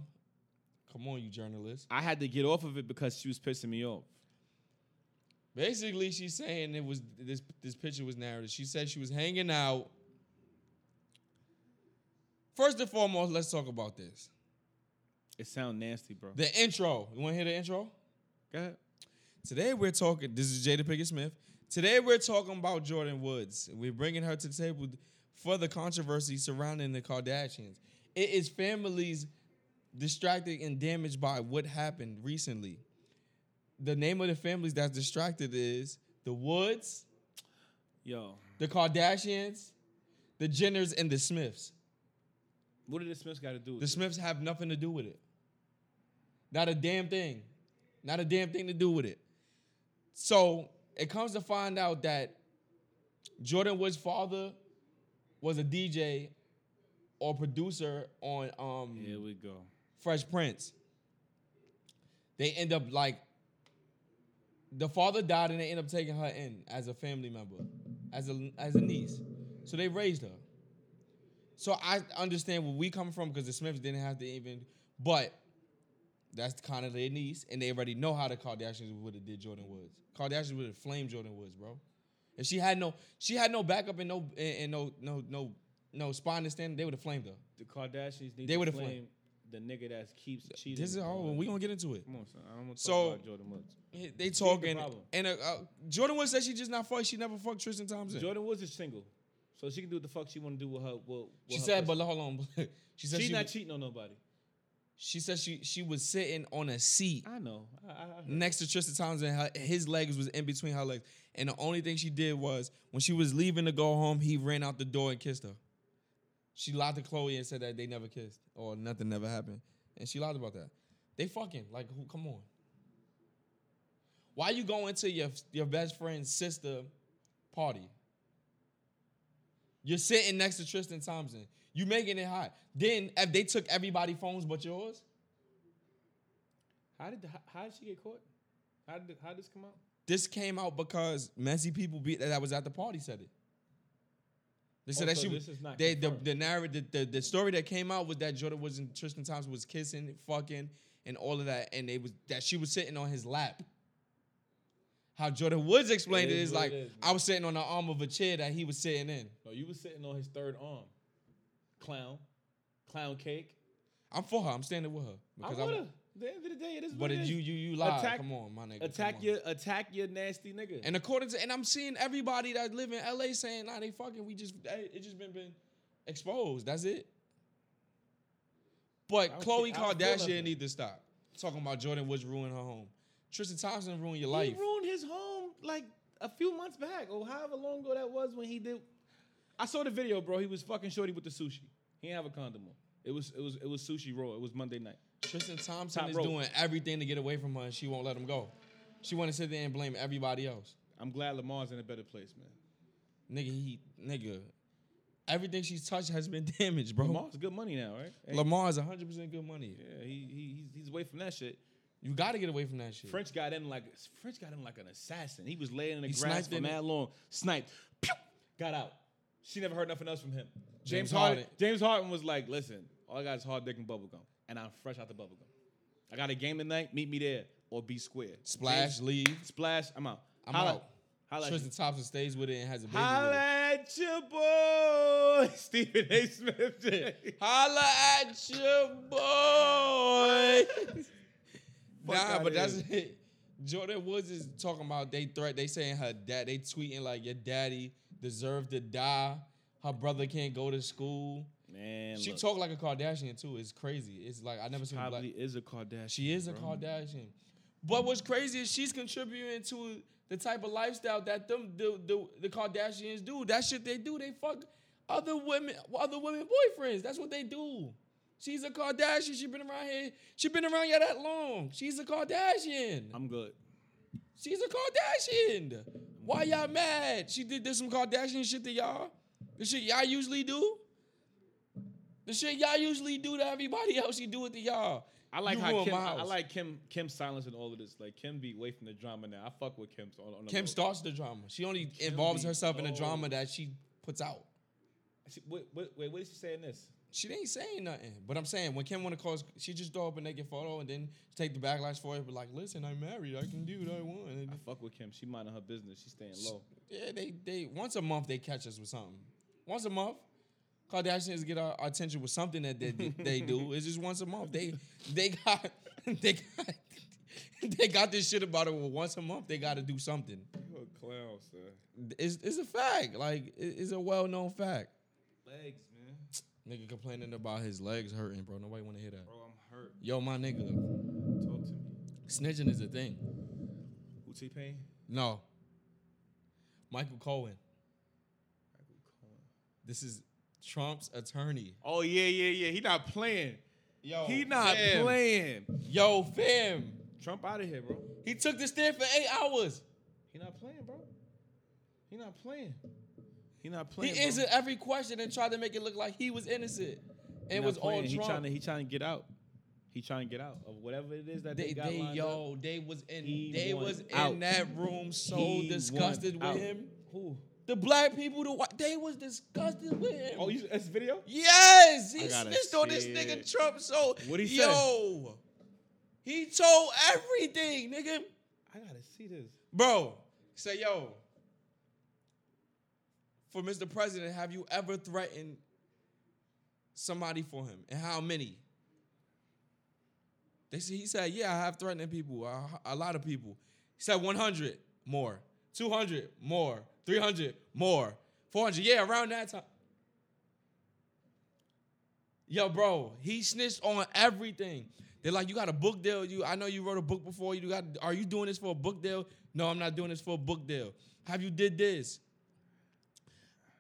A: Come on, you journalist.
B: I had to get off of it because she was pissing me off.
A: Basically, she's saying it was this this picture was narrated. She said she was hanging out. First and foremost, let's talk about this.
B: It sound nasty, bro.
A: The intro. You want to hear the intro?
B: Go ahead.
A: Today we're talking. This is Jada Pickett Smith. Today we're talking about Jordan Woods. We're bringing her to the table for the controversy surrounding the Kardashians. It is families distracted and damaged by what happened recently. The name of the families that's distracted is the Woods,
B: Yo,
A: the Kardashians, the Jenners, and the Smiths.
B: what did the Smiths got to do? With
A: The
B: this?
A: Smiths have nothing to do with it. Not a damn thing. Not a damn thing to do with it. So it comes to find out that Jordan Wood's father was a DJ or producer on um,
B: Here we go.
A: Fresh Prince. They end up like the father died and they end up taking her in as a family member, as a as a niece. So they raised her. So I understand where we come from because the Smiths didn't have to even, but that's kind of their niece, and they already know how the Kardashians would have did Jordan Woods. Kardashians would have flamed Jordan Woods, bro. If she had no, she had no backup and no and, and no no no no spine to stand, they would have flamed her.
B: The Kardashians need
A: They
B: to
A: would've
B: flame the nigga that keeps cheating.
A: This is all. We gonna get into it.
B: Come on, son. I don't want to
A: So-
B: talk about Jordan Woods.
A: Yeah, They talking,
B: problem.
A: and uh, uh, Jordan Woods said she just not fuck. She never fucked Tristan Thompson.
B: Jordan Woods is single, so she can do what the fuck she want to do with her. With, with
A: she
B: her
A: said,
B: person.
A: but hold on. she said
B: she's
A: she,
B: not
A: was-
B: cheating on nobody.
A: she said she she was sitting on a seat
B: I know. I, I, I heard.
A: next to Tristan Thompson. Her, his legs was in between her legs, and the only thing she did was when she was leaving to go home, he ran out the door and kissed her. She lied to Chloe and said that they never kissed or nothing never happened, and she lied about that. They fucking like who? Come on. Why you going to your your best friend's sister party? You're sitting next to Tristan Thompson. You making it hot. Then if they took everybody phones but yours,
B: How did the, how, how did she get caught? How did how did this come out?
A: This came out because messy people be, that was at the party said it. They said
B: Oh,
A: that
B: so
A: she.
B: this is not
A: they, the
B: confirmed.
A: the narrative the, the the story that came out was that Jordan was in Tristan Thompson was kissing, fucking, and all of that, and they was that she was sitting on his lap. How Jordan Woods explained
B: It
A: it
B: is
A: is
B: what
A: like
B: it is, man.
A: I was sitting on the arm of a chair that he was sitting in.
B: No, you was sitting on his third arm, clown, clown cake.
A: I'm for her. I'm standing with her
B: I
A: I'm-
B: would have. The end of the day, it is.
A: But
B: what it
A: if
B: is.
A: you you you lie.
B: Attack-
A: Come on, my nigga. come
B: attack
A: on.
B: your attack your nasty nigga.
A: And according to, and I'm seeing everybody that live in LA saying, nah, they fucking, we just, hey, it just been been exposed. That's it.
B: I
A: But
B: don't
A: Khloe
B: care- I don't feel
A: Kardashian
B: nothing.
A: need to stop talking about Jordan Woods ruining her home. Tristan Thompson ruined your
B: He
A: life.
B: ruined his home like a few months back, or however long ago that was when he did. I saw the video, bro. He was fucking shorty with the sushi. He didn't have a condom on. It was it was it was sushi raw. It was Monday night.
A: Tristan Thompson
B: Top
A: is
B: rope.
A: doing everything to get away from her, and she won't let him go. She want to sit there and blame everybody else.
B: I'm glad Lamar's in a better place, man.
A: Nigga, he, nigga, everything she's touched has been damaged, bro. Lamar,
B: Lamar's good money now, right? Ain't-
A: Lamar's 100% good money.
B: yeah, he, he he's, he's away from that shit.
A: You got to get away from that shit.
B: French got in like French got in like an assassin. He was laying in the
A: He
B: grass
A: sniped
B: for
A: in
B: mad long, sniped, pew, got out. She never heard nothing else from him. James,
A: James
B: Harden.
A: Harden.
B: James Harden was like, "Listen, all I got is hard dick and bubblegum, and I'm fresh out the bubblegum. I got a game tonight. Meet me there or be square.
A: Splash,
B: James-
A: leave.
B: splash. I'm out.
A: I'm
B: Holla-
A: out.
B: Holla at
A: Tristan
B: you.
A: Thompson stays with it and has a baby.
B: Holla
A: with it.
B: at your boy, Stephen A. Smith.
A: Holla at your boy. nah,
B: outta
A: but that's
B: here.
A: it. Jordan Woods is talking about they threat. They saying her dad. They tweeting like your daddy deserved to die. Her brother can't go to school.
B: Man,
A: she
B: look,
A: talk like a Kardashian too. It's crazy. It's like I never seen a black.
B: probably is a Kardashian.
A: She is a
B: bro.
A: Kardashian. But what's crazy is she's contributing to the type of lifestyle that them the, the, the Kardashians do. That shit they do. They fuck other women, other women boyfriends. That's what they do. She's a Kardashian. She been around here. She been around here that long. She's a Kardashian.
B: I'm good.
A: She's a Kardashian. Why y'all mad? She did, did some Kardashian shit to y'all. The shit y'all usually do. The shit y'all usually do to everybody else. She do it to y'all.
B: I like
A: You
B: how
A: ruined
B: Kim.
A: my
B: I, I
A: house.
B: like Kim. Kim silencing all of this. Like Kim be away from the drama now. I fuck with Kim. On, on the
A: Kim
B: low.
A: starts the drama. She only involves
B: be
A: herself in the
B: dope.
A: drama that she puts out.
B: She- Wait, wait, wait, what is she saying? This.
A: She ain't saying nothing. But I'm saying when Kim want to cause, she just throw up a naked photo and then take the backlash for it. But like, listen, I'm married. I can do what I want. And
B: I fuck with Kim. She minding her business. She staying low.
A: yeah, they they once a month they catch us with something. Once a month, Kardashians get our, our attention with something that they, they do. It's just once a month. They they got they got they got this shit about it. Well, once a month they got to do something.
B: You a clown, son.
A: It's it's a fact. Like it- it's a well known fact.
B: Legs, man.
A: Nigga complaining about his legs hurting, bro. Nobody want to hear that.
B: Bro, I'm hurt.
A: Yo, my nigga,
B: Talk to me.
A: snitching is a thing.
B: Who T Pain?
A: No. Michael Cohen.
B: Michael Cohen.
A: This is Trump's attorney.
B: Oh yeah, yeah, yeah. He not playing.
A: Yo,
B: he not
A: fam.
B: playing.
A: Yo, fam.
B: Trump out of here, bro.
A: He took the stand for eight hours.
B: He not playing, bro. He not playing. He not
A: He
B: playing. bro.
A: answered every question and tried to make it look like he was innocent.
B: He
A: And it
B: not
A: was all
B: playing.
A: Trump.
B: He trying to he trying to get out. He trying to get out of whatever it is that they,
A: they,
B: got
A: they
B: lined up.
A: yo, they was in,
B: He
A: they
B: won
A: was in
B: out.
A: that room so
B: He won
A: disgusted with
B: out.
A: him.
B: Who?
A: The black people, the white, they was disgusted with him.
B: Oh, you that's video?
A: Yes,
B: I
A: he
B: gotta
A: snitched on this
B: see
A: nigga
B: it.
A: Trump. So
B: What'd he say?
A: yo, he told everything, nigga,
B: I gotta see this.
A: bro. Say yo, for Mr. President, have you ever threatened somebody for him, and how many? They said he said, yeah, I have threatening people, a, a lot of people. He said 100 more, 200 more, 300 more, 400, yeah, around that time. Yo, bro, he snitched on everything. They're like, you got a book deal. You, I know you wrote a book before. You got, are you doing this for a book deal? No, I'm not doing this for a book deal. Have you did this?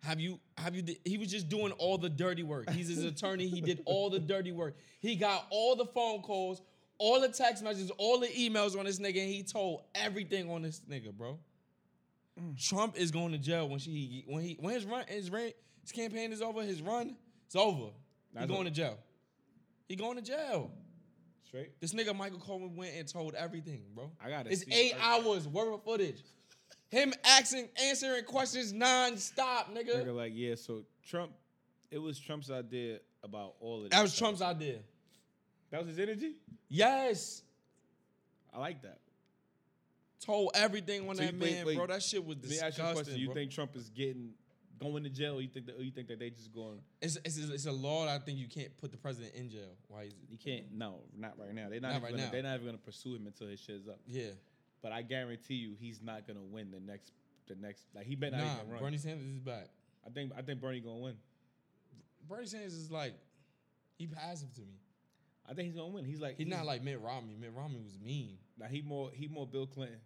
A: Have you, have you? Did, he was just doing all the dirty work. He's his attorney. He did all the dirty work. He got all the phone calls, all the text messages, all the emails on this nigga, and he told everything on this nigga, bro. Trump is going to jail when she when he when his run his run his campaign is over. His run is over. He
B: That's
A: going
B: a-
A: to jail. He going to jail.
B: Straight.
A: This nigga Michael Coleman went and told everything, bro.
B: I gotta
A: It's
B: see-
A: eight
B: I-
A: hours worth of footage. Him asking, answering questions nonstop, nigga.
B: Nigga, like, yeah, so Trump, it was Trump's idea about all of this.
A: That was
B: stuff.
A: Trump's idea.
B: That was his energy?
A: Yes.
B: I like that.
A: Told everything on
B: So
A: that
B: you- wait,
A: man,
B: wait.
A: bro. That shit was
B: Let me ask you a question.
A: disgusting.
B: You
A: bro.
B: think Trump is getting going to jail? Or you think that or you think that they just going
A: it's, it's, it's a law that I think you can't put the president in jail. Why is it?
B: you can't no, not right now. They're not,
A: Not
B: even
A: right
B: gonna,
A: now.
B: they're not even gonna pursue him until his shit is up.
A: Yeah.
B: But I guarantee you he's not gonna win the next the next like he better
A: Nah,
B: not even run.
A: Bernie Sanders is back.
B: I think I think Bernie gonna win.
A: Bernie Sanders is like, he passive to me.
B: I think he's gonna win. He's like
A: He's not like Mitt Romney. Mitt Romney was mean.
B: now he more he more Bill Clinton.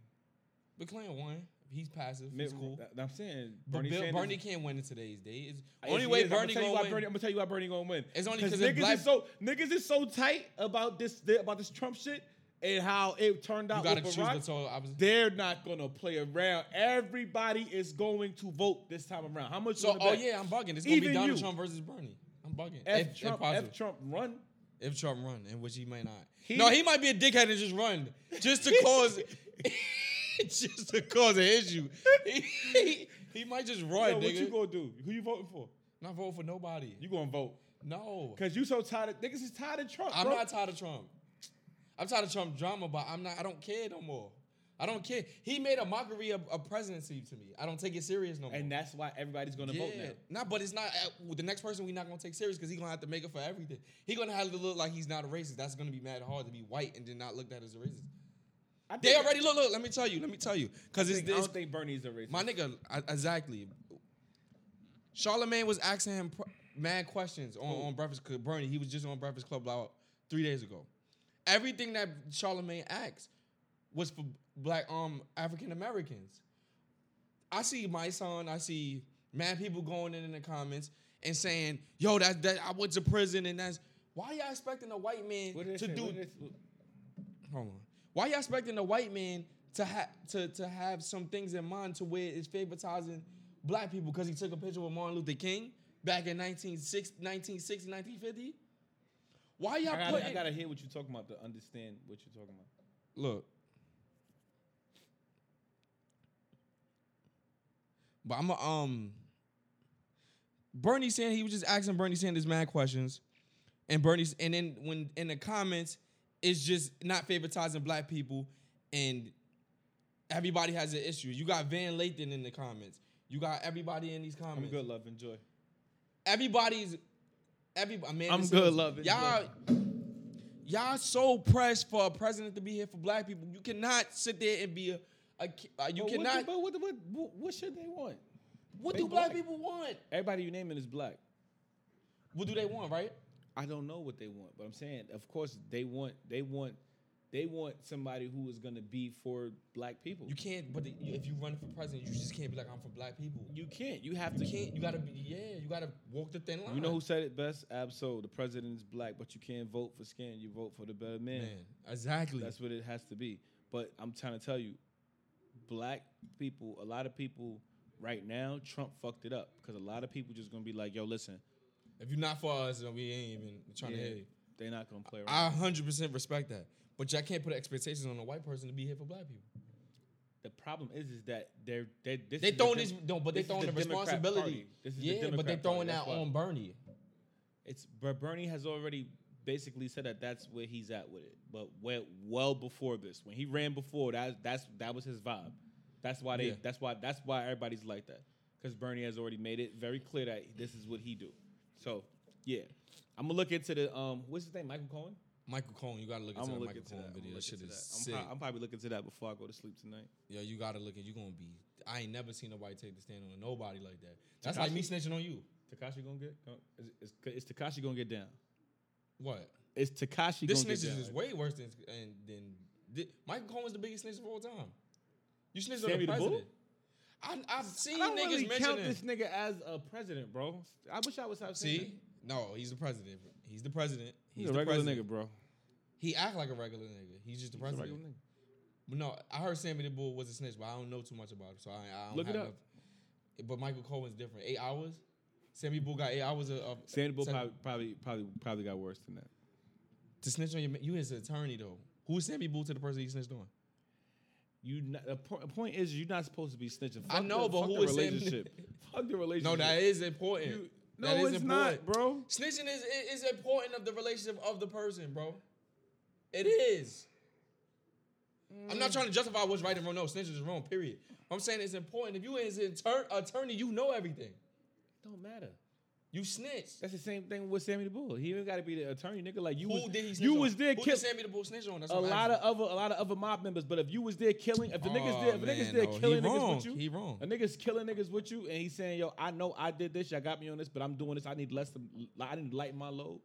A: But Clinton won. He's passive.
B: Mitt,
A: He's cool.
B: that- I'm saying
A: But
B: Bernie
A: Bill,
B: Sanders.
A: Bernie can't win in today's day. It's
B: Yes,
A: only
B: he
A: way
B: is. I'ma
A: Bernie
B: tell you
A: gonna
B: why
A: win.
B: Bernie, I'm gonna tell you why Bernie gonna win.
A: It's only 'cause the
B: niggas
A: black-
B: is so niggas is so tight about this they- about this Trump shit and how it turned
A: you
B: out
A: gotta
B: with
A: choose the
B: Barack.
A: total opposite.
B: They're not gonna play around. Everybody is going to vote this time around. How much? you
A: So,
B: wanna
A: oh
B: bet?
A: yeah, I'm bugging. It's gonna
B: Even
A: be Donald
B: you.
A: Trump versus Bernie. I'm bugging.
B: F,
A: if,
B: Trump,
A: if, possible.
B: F Trump run.
A: if Trump run, and which he might not.
B: He-
A: no, he might be a dickhead and just run just to cause, just to cause an issue. He, he, he might just run,
B: Yo, what
A: nigga.
B: you gonna do? Who you voting for?
A: not vote for nobody.
B: You gonna vote?
A: no,
B: Cause you so tired. Of, niggas is tired of Trump.
A: I'm
B: bro.
A: not tired of Trump. I'm tired of Trump drama, but I'm not. I don't care no more. I don't care. He made a mockery of a presidency to me. I don't take it serious no more.
B: and that's why everybody's gonna vote now.
A: Nah, but it's not uh, well, the next person we not gonna take serious because he gonna have to make up for everything. He gonna have to look like he's not a racist. That's gonna be mad hard to be white and then not looked at as a racist.
B: I
A: They
B: think-
A: already look. Look, let me tell you. Let me tell you. Cause
B: I
A: it's,
B: think- I
A: it's
B: don't think Bernie's a racist.
A: my nigga. I, exactly. Charlemagne was asking him pr- mad questions on, on Breakfast Club. Bernie, he was just on Breakfast Club about three days ago. Everything that Charlemagne asked was for black um African Americans. I see my son, I see mad people going in in the comments and saying, "Yo, that that I went to prison and that's why y'all expecting a white man
B: What did I
A: to
B: say?
A: do
B: What did I say?
A: hold on. Why y'all expecting a white man to have to to have some things in mind to where it's favoritizing black people because he took a picture with Martin Luther King back in 1960, 1960 1950? Why y'all
B: I gotta,
A: putting
B: I gotta hear what you're talking about to understand what you're talking about.
A: look? But I'm a, um Bernie Sanders, he was just asking Bernie Sanders mad questions. And Bernie and then when in the comments, it's just not favoritizing black people and everybody has an issue. You got Van Lathan in the comments. You got everybody in these
B: I'm
A: comments.
B: good, love, enjoy.
A: Everybody's everybody man.
B: I'm
A: this
B: good,
A: is-
B: love, enjoy.
A: Y'all y'all so pressed for a president to be here for black people. You cannot sit there and be a, a ki- uh, you
B: But what do-
A: cannot
B: but what, what, what, what should they want?
A: what
B: they
A: do black
B: black.
A: people want?
B: Everybody you naming is black.
A: What do they want, right?
B: I don't know what they want, but I'm saying, of course, they want, they want, they want somebody who is gonna be for black people.
A: You can't, but the, you, if you run for president, you just can't be like, I'm for black people. You
B: You can't. You have to.
A: can't, you gotta be, yeah, you gotta walk the thin line.
B: You know who said it best? Absol. The president is black, but you can't vote for skin. You vote for the better man.
A: Man, exactly.
B: That's what it has to be. But I'm trying to tell you, black people, a lot of people right now, Trump fucked it up because a lot of people just gonna be like, "Yo, listen,
A: if you're not for us, then we ain't even trying to hear you.
B: they're not gonna play around."
A: I 100% respect that. But y'all can't put expectations on a white person to be here for black people.
B: the problem is, is that they're they this
A: They
B: is the
A: throwing
B: Dem-
A: this, no, but they
B: this is
A: throwing the,
B: Democrat
A: responsibility.
B: Party. This is the
A: yeah, but they
B: Democrat
A: throwing
B: Party,
A: that
B: that's why.
A: on Bernie.
B: It's but Bernie has already basically said that that's where he's at with it. But well, well before this, when he ran before that, that's that was his vibe. That's why they.
A: Yeah.
B: That's why. That's why everybody's like that because Bernie has already made it very clear that this is what he do. So yeah, I'm gonna look into the um. What's his name? Michael Cohen.
A: Michael Cohen, you gotta look
B: I'm
A: into
B: gonna
A: the
B: look
A: Michael
B: into
A: Cohen
B: that.
A: video.
B: I'm
A: That
B: gonna
A: shit
B: look into
A: is
B: that.
A: sick.
B: I'm, pro- I'm probably looking into that before I go to sleep tonight.
A: Yo, you gotta look at, you gonna be, I ain't never seen nobody take the stand on nobody like that. That's like me snitching on you.
B: Takashi gonna get? gon- Is, is, is Takashi gonna get down?
A: What?
B: Is Takashi
A: This
B: gonna get
A: snitch
B: down?
A: is way worse than and, than thi- Michael Cohen's the biggest snitch of all time. You snitched on
B: Sammy
A: the
B: the Bull?
A: president. I, I've seen
B: I don't
A: niggas
B: really
A: mention
B: count
A: him.
B: this nigga as a president, bro. I wish I was have seen that.
A: See, no, he's the president. He's the president. He's,
B: He's a
A: the
B: regular
A: president.
B: nigga, bro.
A: He act like a regular nigga. He's just the
B: He's a
A: president.
B: regular nigga.
A: But no, I heard Sammy the Bull was a snitch, but I don't know too much about him, so I, I don't
B: Look it
A: have
B: up.
A: enough- But Michael Cohen's different. Eight hours. Sammy Bull got eight hours of, of
B: Sandy Bull
A: to,
B: probably, probably probably probably got worse than that.
A: to snitch on your. ma- You his attorney though. Who's Sammy Bull to the person he snitched on?
B: You not, the, po- the point is you're not supposed to be snitching.
A: I
B: Fuck
A: know,
B: the,
A: but
B: fuck
A: who
B: the
A: is Sandy-
B: relationship? fuck the relationship.
A: No, that is important.
B: You- no,
A: That is
B: it's not, bro.
A: Snitching is i- is important of the relationship of the person, bro. It is. I'm
B: Mm.
A: not trying to justify what's right and wrong. No, snitching is wrong. Period. I'm saying it's important. If you is an attor- attorney, you know everything.
B: Don't matter.
A: You snitched.
B: That's the same thing with Sammy the Bull. He even got to be the attorney, nigga. Like you,
A: Who
B: was,
A: did he snitch
B: you
A: on?
B: was there
A: Who
B: killing
A: did Sammy the Bull snitch on? That's
B: a
A: what I'm
B: lot of
A: asking.
B: other a lot of other mob members. But if you was there killing, if the niggas there,
A: Oh,
B: if the
A: man,
B: niggas there
A: no, he
B: killing niggas
A: wrong.
B: with you,
A: He wrong.
B: A niggas killing niggas with you, and he's saying, "Yo, I know I did this. Y'all got me on this, but I'm doing this. I need less. To, I didn't light my load."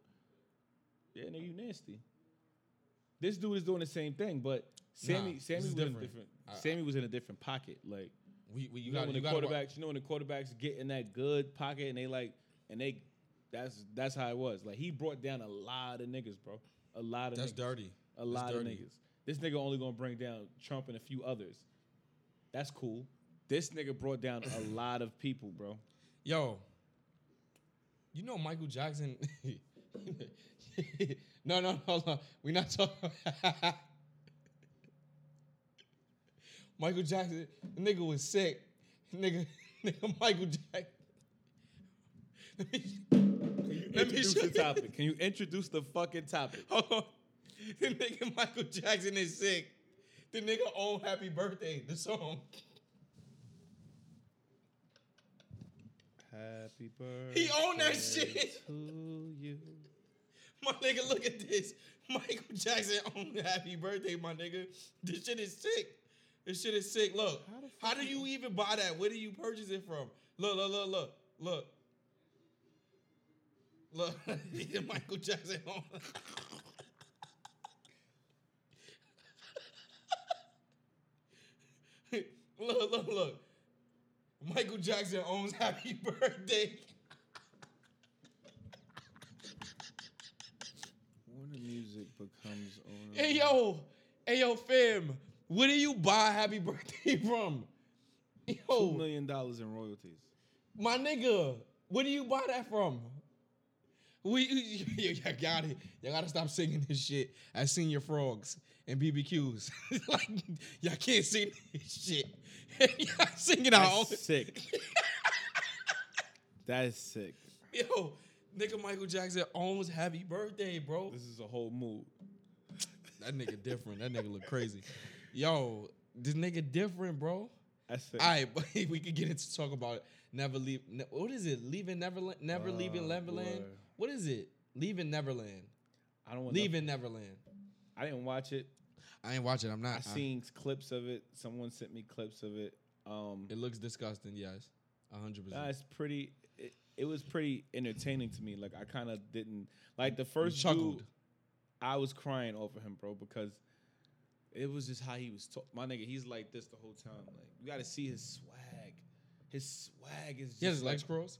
B: Yeah, nigga, you nasty. This dude is doing the same thing, but Sammy,
A: Nah,
B: Sammy
A: this
B: was
A: is
B: in a
A: different.
B: different.
A: I- I-
B: Sammy was in a different pocket, like
A: We, we, you
B: you know
A: got
B: when
A: you
B: the
A: got
B: quarterbacks, you know when the quarterbacks get in that good pocket and they like and they that's that's how it was. Like he brought down a lot of niggas, bro. A lot of
A: That's
B: niggas.
A: dirty.
B: A
A: That's
B: lot of
A: dirty.
B: niggas. This nigga only gonna bring down Trump and a few others. That's cool. This nigga brought down a lot of people, bro.
A: Yo, you know Michael Jackson. no, no, no, hold on. We're not talking. Michael Jackson, the nigga was sick. Nigga, nigga Michael Jackson. Let me,
B: Can you
A: let me
B: introduce
A: show
B: the
A: you.
B: topic? Can you introduce the fucking topic?
A: Hold on. The nigga Michael Jackson is sick. The nigga own Happy Birthday, the song.
B: Happy birthday.
A: He owned that shit.
B: to you.
A: My nigga, look at this. Michael Jackson on Happy Birthday, my nigga. This shit is sick. This shit is sick. Look,
B: How the
A: how do you even buy that? Where do you purchase it from? Look, look, look, look, look. Look, the Michael Jackson on. look, look, look. Michael Jackson owns Happy Birthday.
B: When the music becomes on. uh,
A: Hey yo, hey yo, fam, where do you buy Happy Birthday from?
B: Two
A: Yo,
B: million dollars in royalties.
A: my nigga, where do you buy that from? We, you, you got it. You gotta stop singing this shit at senior frogs and BBQs. like y'all can't sing this shit. y'all singing our own.
B: That's sick. that is sick.
A: Yo, nigga, Michael Jackson owns Happy Birthday, bro.
B: This is a whole mood.
A: That nigga different. That nigga look crazy. Yo, this nigga different, bro.
B: That's sick.
A: All right, but we could get into talk about never leave. Ne- what is it? Leaving Neverland. Never
B: Oh,
A: leaving Neverland.
B: boy.
A: What is it? Leaving Neverland.
B: I don't want
A: Leaving Neverland.
B: I didn't watch it.
A: I ain't watching. I'm not.
B: I seen clips of it. Someone sent me clips of it. Um,
A: It looks disgusting. Yes, hundred
B: nah,
A: percent.
B: it's pretty. It, it was pretty entertaining to me. Like I kind of didn't like the first
A: chuckled.
B: dude. I was crying over him, bro, because it was just how he was talking. My nigga, he's like this the whole time. Like you got to see his swag. His swag is just
A: He has his
B: like,
A: legs crossed.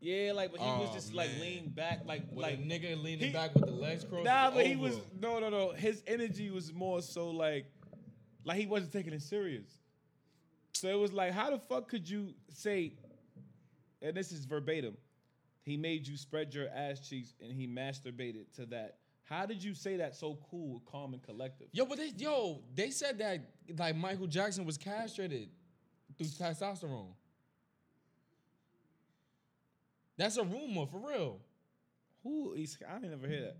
B: Yeah, like but he was
A: Oh,
B: just like
A: man.
B: leaned back, like
A: With
B: like
A: a nigga leaning
B: he-
A: back with the legs crossed.
B: Nah,
A: is
B: but he
A: over.
B: was no, no, no. His energy was more so like, like he wasn't taking it serious. So it was like, how the fuck could you say? And this is verbatim. He made you spread your ass cheeks, and he masturbated to that. How did you say that so cool, calm, and collective?
A: Yo, but they yo they said that like Michael Jackson was castrated through testosterone. That's a rumor for real,
B: Who? He's, I didn't ever hear that.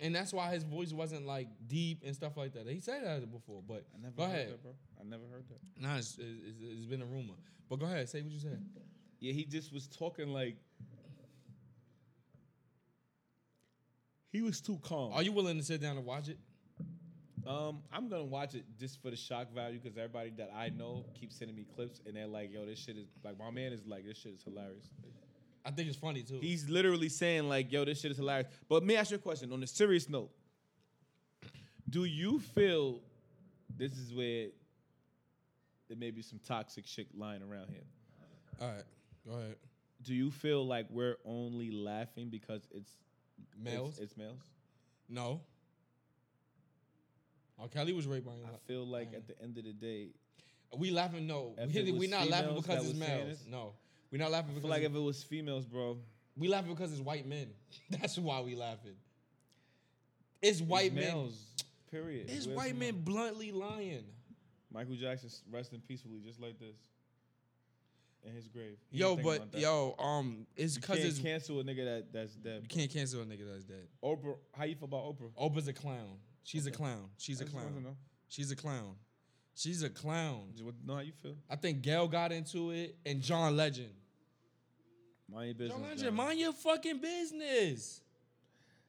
A: and that's why his voice wasn't like deep and stuff like that. He said that before, but
B: I never
A: go
B: heard
A: ahead.
B: that, bro. I never heard that.
A: Nah, it's, it's, it's been a rumor, but go ahead, say what you said.
B: Yeah, he just was talking like. He was too calm.
A: Are you willing to sit down and watch it?
B: Um, I'm gonna watch it just for the shock value because everybody that I know keeps sending me clips and they're like, "Yo, this shit is like." My man is like, "This shit is hilarious."
A: I think it's funny too.
B: He's literally saying like, "Yo, this shit is hilarious." But me ask you a question on a serious note: Do you feel this is where there may be some toxic shit lying around here?
A: All right, go ahead.
B: Do you feel like we're only laughing because it's it's-
A: Males?
B: It's, males.
A: no. Oh, Kelly was raped by.
B: I feel like
A: man.
B: at the end of the day,
A: We laughing? No,
B: If
A: we,
B: it was
A: we not laughing
B: females
A: because
B: that
A: it's
B: was saying
A: males.
B: this?
A: No, we not laughing
B: I
A: because
B: feel like
A: it's-
B: if it was females, bro,
A: we laughing because it's white men. That's why we laughing. It's white
B: it's
A: men.
B: males. Period.
A: It's
B: Where's
A: white
B: the
A: men bluntly lying.
B: Michael Jackson resting peacefully, just like this, in his grave. He
A: Yo,
B: didn't think
A: but
B: about that.
A: yo, um, it's
B: you
A: because
B: can't
A: it's
B: cancel a nigga that that's dead.
A: you can't cancel a nigga that's dead.
B: Oprah, how you feel about Oprah?
A: Oprah's a clown. She's a
B: Okay.
A: clown. She's Oh, a
B: I just wanted to
A: clown.
B: Know.
A: She's a clown. She's a clown.
B: Just want to know how you feel.
A: I think Gail got into it and John Legend.
B: Mind your business.
A: John Legend,
B: John.
A: mind your fucking business.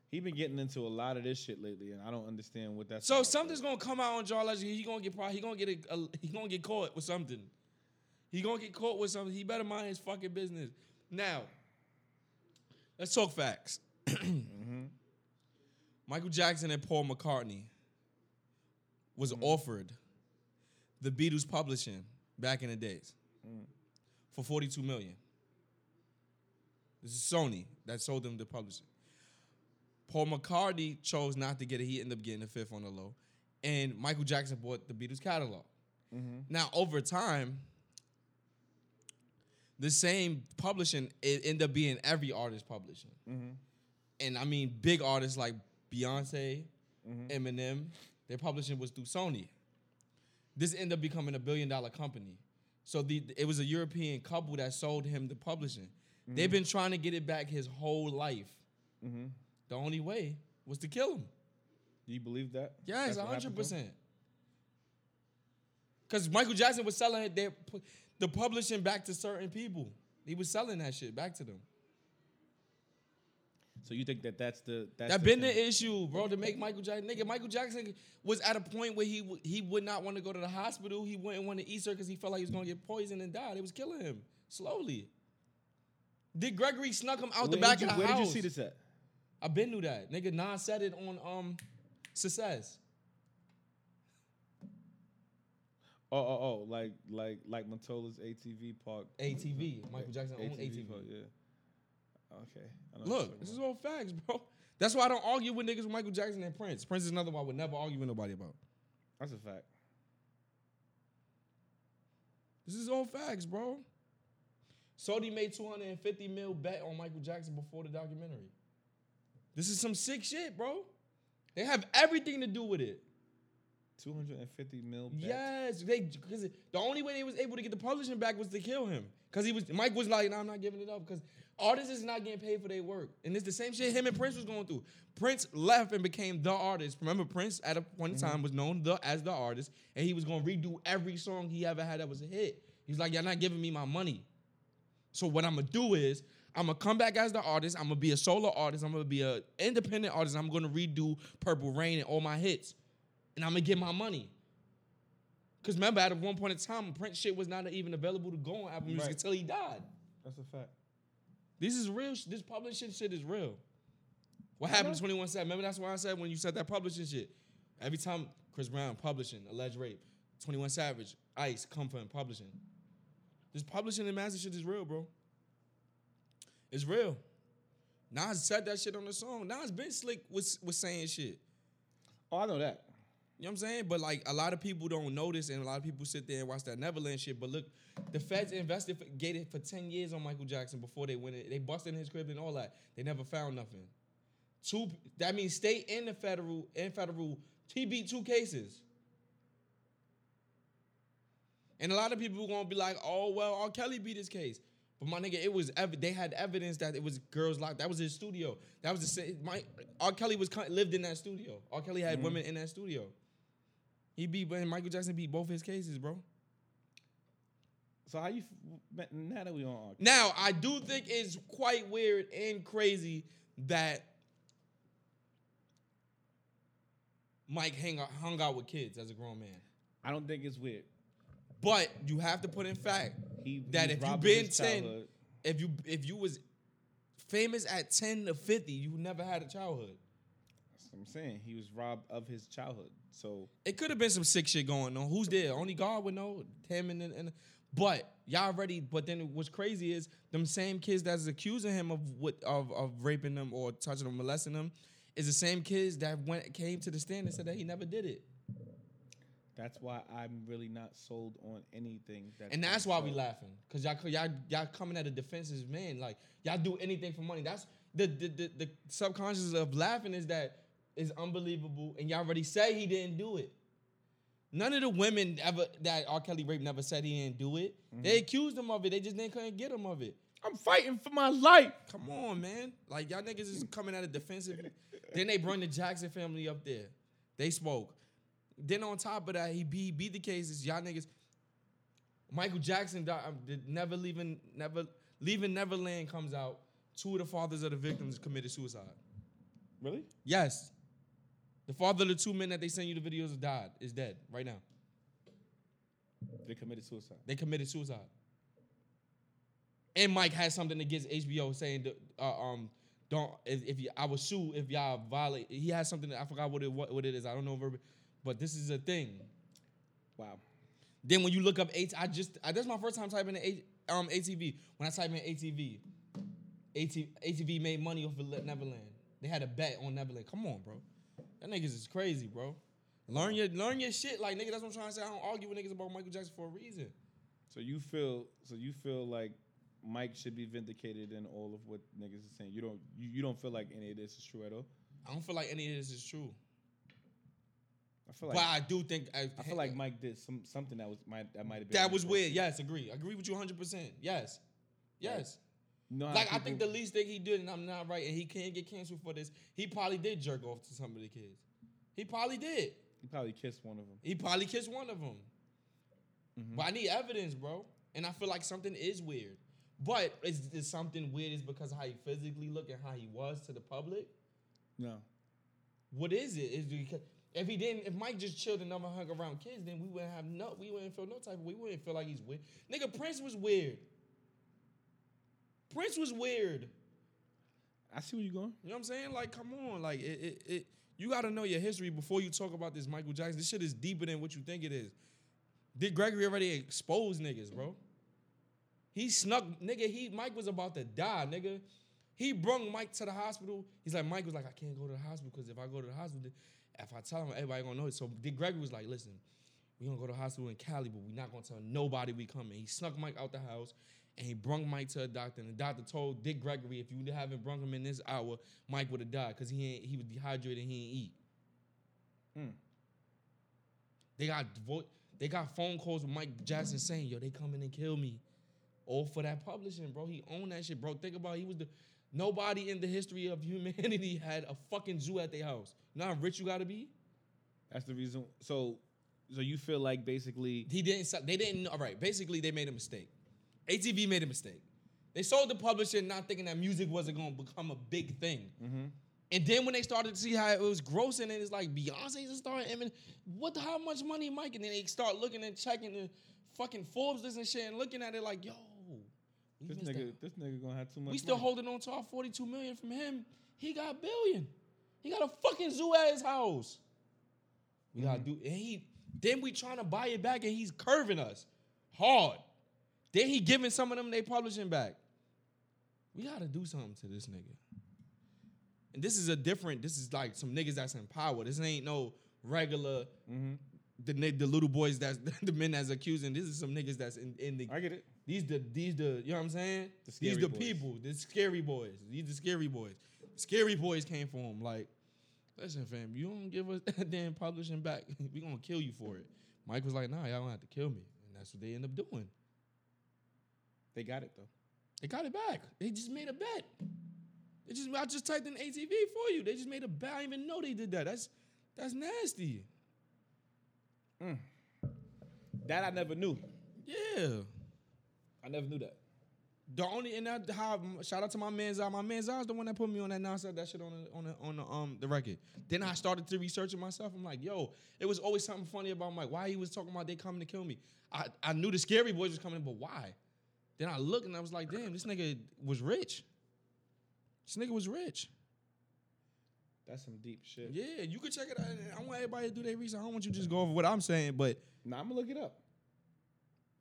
B: He been getting into a lot of this shit lately, and I don't understand what that's.
A: So
B: about,
A: something's gonna come out on John Legend. He gonna get pro- he gonna get a, a- he gonna get caught with something. He gonna get caught with something. He better mind his fucking business. Now, let's talk facts.
B: Mhm.
A: Michael Jackson and Paul McCartney was
B: Mm-hmm.
A: offered the Beatles publishing back in the days
B: Mm.
A: for 42 million. This is Sony that sold them the publishing. Paul McCartney chose not to get it. He ended up getting a fifth on the low. And Michael Jackson bought the Beatles catalog.
B: Mhm.
A: Now, over time, the same publishing it ended up being every artist publishing
B: Mhm.
A: and I mean big artists like Beyonce,
B: Mhm.
A: Eminem, their publishing was through Sony. This ended up becoming a billion dollar company. So the it was a European couple that sold him the publishing. They've been trying to get it back his whole life.
B: Mhm.
A: The only way was to kill him.
B: Do you believe that?
A: Yes,
B: That's what happened
A: hundred
B: to him?
A: percent. Because Michael Jackson was selling it, their, pu- the publishing back to certain people. He was selling that shit back to them.
B: So you think that that's the that's
A: That
B: the
A: been
B: thing.
A: the issue, bro. To make Michael Jackson, nigga, Michael Jackson was at a point where he w- he would not want to go to the hospital. He wouldn't want to eat sir because he felt like he was gonna get poisoned and die. They was killing him slowly. Did Gregory snuck him out the
B: Where
A: back
B: did you-
A: of the
B: where
A: house?
B: did you see this at?
A: I been knew that. Nigga, Nas said it on um success.
B: Oh, oh, oh, like like like Montola's ATV park.
A: ATV. Michael Jackson owned ATV.
B: park, yeah. Okay. I know what you're
A: Look,
B: talking
A: this is
B: about.
A: all facts, bro. That's why I don't argue with niggas with Michael Jackson and Prince. Prince is another one I would never argue with nobody about.
B: that's a fact.
A: This is all facts, bro. Sodi made 250 mil bet on Michael Jackson before the documentary. This is some sick shit, bro. They have everything to do with it.
B: Two hundred and fifty mil. Bet.
A: Yes, they because the only way they was able to get the publishing back was to kill him. Cause he was Mike was like, "No, I'm not giving it up." Cause artists is not getting paid for their work, and it's the same shit him and Prince was going through. Prince left and became the artist. Remember, Prince at a point in time was known the, as the artist, and he was gonna redo every song he ever had that was a hit. He's like, "Y'all not giving me my money." So what I'm gonna do is I'm gonna come back as the artist. I'm gonna be a solo artist. I'm gonna be an independent artist. I'm gonna redo Purple Rain and all my hits, and I'm gonna get my money. Cause remember, at one point in time, Prince shit was not even available to go on Apple Music
B: Right.
A: until he died.
B: That's a fact.
A: This is real. sh- This publishing shit is real. What
B: I
A: happened
B: know.
A: to 21 Savage? Remember that's why I said when you said that publishing shit. Every time Chris Brown publishing alleged rape, 21 Savage, Ice, Comfort, and publishing. This publishing and master shit is real, bro. It's real. Nas said that shit on the song. Nas been slick was was saying shit.
B: Oh, I know that.
A: You know what I'm saying? But like a lot of people don't notice, and a lot of people sit there and watch that Neverland shit. But look, the feds investigated for 10 years on Michael Jackson before they went in. They busted in his crib and all that. They never found nothing. Two that means state and the federal and federal TB two cases. And a lot of people gonna be like, oh well, R. Kelly beat his case. But my nigga, it was ev- they had evidence that it was girls locked. That was his studio. That was the same. My R. Kelly was cu- lived in that studio. R. Kelly had women in that studio. He beat and Michael Jackson beat both his cases, bro.
B: So how you f- man, now that we on our
A: Now I do think it's quite weird and crazy that Mike hang out, hung out with kids as a grown man.
B: I don't think it's weird.
A: But you have to put in fact
B: He
A: that
B: he
A: if you
B: robbed
A: been
B: his
A: ten,
B: childhood.
A: if you if you was famous at ten to fifty, you never had a childhood.
B: That's what I'm saying he was robbed of his childhood. So
A: It could have been some sick shit going on. Who's there? Only God would know. Him and, and but y'all already. But then what's crazy is them same kids that's accusing him of what of of raping them or touching them, molesting them, is the same kids that went came to the stand and said that he never did it.
B: that's why I'm really not sold on anything. That
A: And
B: they
A: that's why we
B: sell.
A: laughing, cause y'all y'all y'all coming at a defensive man. Like y'all do anything for money. That's the the, the the subconscious of laughing is that is unbelievable. And y'all already say he didn't do it. None of the women ever that R. Kelly rape never said he didn't do it. They accused him of it. They just didn't couldn't get him of it.
B: I'm fighting for my life.
A: Come on, man. Like y'all niggas is coming at a defensive. then they bring the Jackson family up there. They spoke. Then on top of that, he beat beat the cases. Y'all niggas. Michael Jackson died, um, did never leaving never leaving Neverland comes out. Two of the fathers of the victims committed suicide.
B: Really?
A: Yes, the father of the two men that they send you the videos died is dead right now.
B: They committed suicide.
A: They committed suicide. And Mike has something against HBO saying, that, uh, um, don't if, if you, I was sue if y'all violate. He has something that I forgot what it what, what it is. I don't know, verb- but this is a thing.
B: Wow.
A: Then when you look up H, I just I, that's my first time typing in H, um ATV. When I type in ATV, ATV, ATV made money off of Le- Neverland. They had a bet on Neverland. Come on, bro. That niggas is crazy, bro. Learn your learn your shit, like nigga. That's what I'm trying to say. I don't argue with niggas about Michael Jackson for a reason.
B: So you feel so you feel like Mike should be vindicated in all of what niggas is saying. You don't you, you don't feel like any of this is true at all.
A: I don't feel like any of this is true.
B: I feel like
A: but I do think I,
B: I feel like Mike did some something that was might that might have been
A: that was weird. Yes, agree. Agree with you 100. percent Yes, yes.
B: No,
A: Like I think the least thing he did, and I'm not right, and he can't get canceled for this. He probably did jerk off to some of the kids. He probably did.
B: he probably kissed one of them.
A: He probably kissed one of them.
B: Mm-hmm.
A: But I need evidence, bro. And I feel like something is weird. But it's, it's something weird is because of how he physically looked and how he was to the public.
B: No,
A: What is it? Is because if he didn't, if Mike just chilled and never hung around kids, then we wouldn't have no, we wouldn't feel no type. of We wouldn't feel like he's weird. Nigga, Prince was weird. Prince was weird.
B: I see where you're going.
A: You know what I'm saying? Like, come on, like it, it, it you got to know your history before you talk about this Michael Jackson. This shit is deeper than what you think it is. Dick Gregory already exposed niggas, bro. He snuck, nigga. He Mike was about to die, nigga. He brung Mike to the hospital. He's like, Mike was like, I can't go to the hospital because if I go to the hospital, if I tell him, everybody gonna know it. So Dick Gregory was like, listen, we gonna go to the hospital in Cali, but we not gonna tell nobody we coming. He snuck Mike out the house and he brung Mike to a doctor. And the doctor told Dick Gregory, if you haven't brung him in this hour, Mike would have died because he ain't, he was dehydrated. He ain't eat.
B: Hmm.
A: They got vo- they got phone calls with Mike Jackson saying, "Yo, they coming and kill me," all for that publishing, bro. He owned that shit, bro. Think about it. he was the nobody in the history of humanity had a fucking zoo at their house. You know how rich you gotta be.
B: That's the reason. So, so you feel like basically
A: He didn't. sell- They didn't. All right. Basically, they made a mistake. ATV made a mistake. They sold the publisher not thinking that music wasn't going to become a big thing.
B: Mm-hmm.
A: And then when they started to see how it was grossing, and it's like Beyonce's a star. I mean, what? the- How much money, Mike? And then they start looking and checking the fucking Forbes list and shit, and looking at it like, yo, we,
B: this
A: missed
B: nigga,
A: out.
B: this nigga gonna have too much.
A: we still
B: money.
A: holding on to our forty-two million from him. He got a billion. He got a fucking zoo at his house. We gotta
B: Mm-hmm.
A: do. And he then we trying to buy it back, and he's curving us hard. Then he giving some of them they publishing back. We gotta do something to this nigga. And this is a different. This is like some niggas that's in power. This ain't no regular.
B: Mm-hmm.
A: The ni- the little boys that's the men that's accusing. This is some niggas that's in, in the.
B: I get it.
A: These the these the you know what I'm saying?
B: The
A: these
B: scary
A: the
B: boys.
A: people, the scary boys. These the scary boys. Scary boys came for him. Like, listen, fam, you don't give us that damn publishing back. we gonna kill you for it. Mike was like, nah, y'all don't have to kill me. And that's what they end up doing.
B: They got it though.
A: They got it back. They just made a bet. They just I just typed in ATV for you. They just made a bet. I didn't even know they did that. That's that's nasty.
B: That I never knew.
A: Yeah.
B: I never knew that.
A: The only and that how shout out to my man's eye. My man's eye is the one that put me on that nonsense that shit on the, on the, on the um the record. Then I started to research it myself. I'm like, yo, it was always something funny about Mike. Why he was talking about they coming to kill me? I, I knew the scary boys was coming, but why? Then I looked and I was like, damn, this nigga was rich. This nigga was rich.
B: That's some deep shit.
A: Yeah, you could check it out. I want everybody to do their research. I don't want you to just go over what I'm saying, but
B: Now I'm gonna look it up.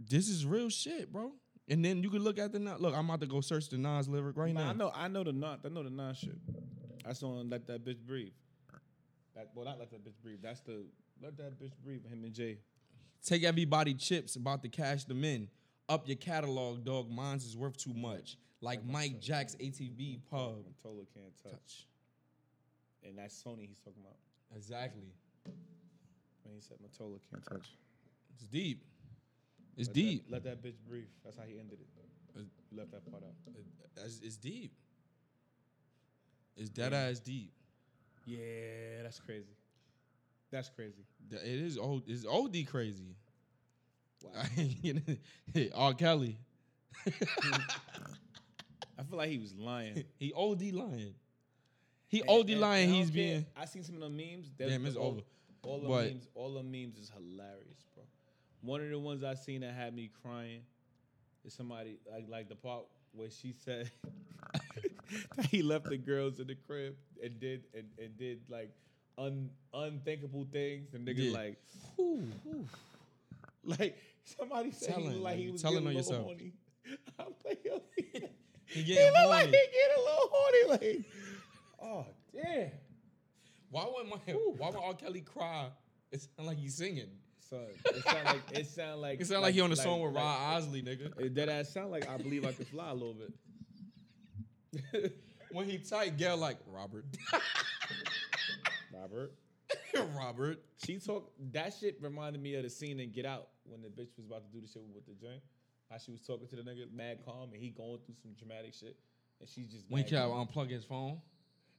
A: this is real shit, bro. And then you could look at the Nas- look. I'm about to go search the Nas lyric right
B: Nah,
A: now.
B: I know, I know the non, I know the non shit. That's on let that bitch breathe. That well, not let that bitch breathe. That's the let that bitch breathe. Him and Jay.
A: Take everybody chips about to cash them in. Up your catalog, dog. Mine's is worth too much. Like Mike Jack's ATV pub.
B: Montola can't touch.
A: Touch.
B: And that's Sony he's talking about
A: Exactly.
B: when he said Montola can't touch.
A: It's deep. It's
B: Let that-
A: deep.
B: let that bitch breathe. That's how he ended it.
A: Uh,
B: You left that part out.
A: It's, it's deep. It's dead ass deep.
B: Yeah, that's crazy. That's crazy.
A: Th- It is old. It's OD crazy.
B: Wow.
A: I ain't getting it. R. Kelly.
B: I feel like he was lying.
A: He OD lying. He
B: And-
A: OD
B: and-
A: lying.
B: and I
A: He's
B: don't care.
A: being.
B: I seen some of the memes. They-
A: Damn, it's
B: all-
A: over.
B: All the
A: But-
B: memes, all the memes is hilarious, bro. One of the ones I seen that had me crying is somebody like like the part where she said that he left the girls in the crib and did and, and did like un unthinkable things. The nigga
A: Yeah.
B: like
A: Whew.
B: like somebody said he
A: Telling,
B: looked like
A: like,
B: he
A: you
B: was
A: telling
B: getting a
A: on
B: little
A: yourself.
B: horny. I'm like, yo,
A: He
B: he
A: getting
B: looked like he
A: horny.
B: getting a little horny. Like, oh damn.
A: Why would my why would R. Kelly cry? It sound like he's singing.
B: Son, it sound like it sound like
A: It sound like, he on the song with Rod Osley, nigga.
B: It, that ass sound like I believe I can fly a little bit.
A: When he tight, Gail like Robert,
B: Robert,
A: Robert.
B: she talk that shit reminded me of the scene in Get Out when the bitch was about to do the shit with the joint. How she was talking to the nigga, mad calm, and he going through some dramatic shit, and she's just
A: When
B: mad
A: he kept
B: calm.
A: unplugging his phone,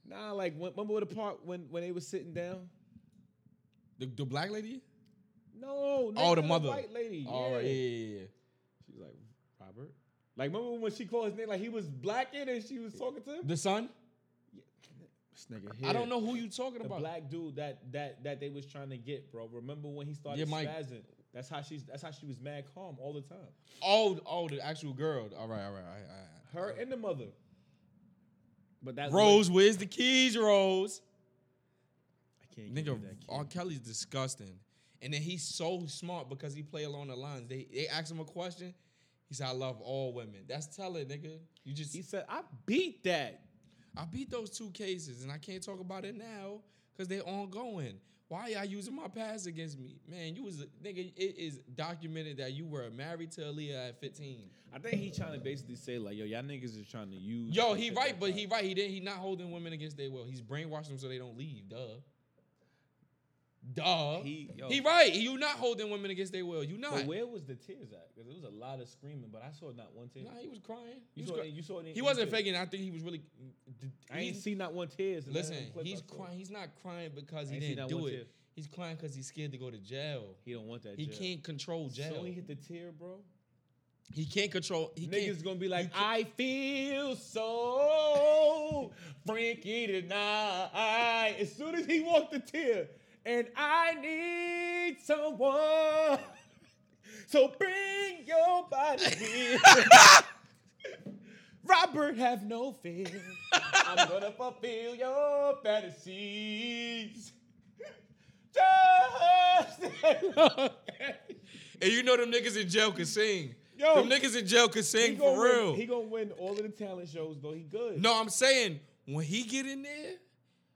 B: Nah, like when, remember the part when when they was sitting down.
A: the, the black lady.
B: No,
A: Oh,
B: nigga,
A: the mother.
B: white lady.
A: Oh yeah, yeah, yeah.
B: She's like Robert. Like remember when she called his name, like he was blacking and she was talking to him.
A: The son.
B: This nigga
A: I
B: here.
A: don't know who you talking
B: the
A: about.
B: black dude that that that they was trying to get, bro. Remember when he started
A: Yeah, Mike.
B: spazzing? That's how she's. That's how she was mad calm all the time.
A: Oh, oh, the actual girl. All right, all right, all right. All right.
B: Her and the mother. But that's
A: Rose, where's the keys, Rose?
B: I can't get
A: Nigga,
B: with that kid.
A: R. Kelly's disgusting. And then he's so smart because he play along the lines. They they ask him a question. He said, I love all women. That's telling, nigga. You just
B: He said, I beat that.
A: I beat those two cases and I can't talk about it now because they're ongoing. Why y'all using my past against me? Man, you was a nigga, it is documented that you were married to Aaliyah at 15.
B: I think he trying to basically say, like, yo, y'all niggas is trying to use.
A: Yo,
B: that
A: he
B: shit
A: right,
B: like
A: but
B: that.
A: he right. He didn't he not holding women against their will. He's brainwashing them so they don't leave. Duh. Duh. He,
B: He, yo,
A: right. You not holding women against their will. You not.
B: But where was the tears at? Because it was a lot of screaming, but I saw not one tear.
A: Nah, he was crying. He,
B: you,
A: was
B: saw
A: cry-
B: it, you saw it. in-
A: he
B: you
A: wasn't
B: said-
A: faking. I think he was really.
B: I ain't
A: he-
B: seen not one tears. in that
A: Listen,
B: clip
A: he's
B: I saw.
A: crying. He's not crying because he
B: I ain't seen
A: didn't
B: that
A: do
B: one
A: it.
B: tear.
A: He's crying because he's scared to go to jail.
B: He don't want that.
A: He
B: jail.
A: can't control jail.
B: So he
A: he,
B: hit the tear, bro.
A: can't control. He
B: Niggas
A: can't.
B: gonna be like,
A: you can't-
B: I feel so Frankie tonight. As soon as he walked the tear, and I need someone. So bring your body here. Robert, have no fear. I'm gonna fulfill your fantasies. Just as long as-
A: And you know them niggas in jail can sing.
B: Yo,
A: them niggas in jail can
B: He
A: sing
B: gonna
A: for
B: win-
A: real.
B: He gonna win all of the talent shows though. He good.
A: No, I'm saying when he get in there,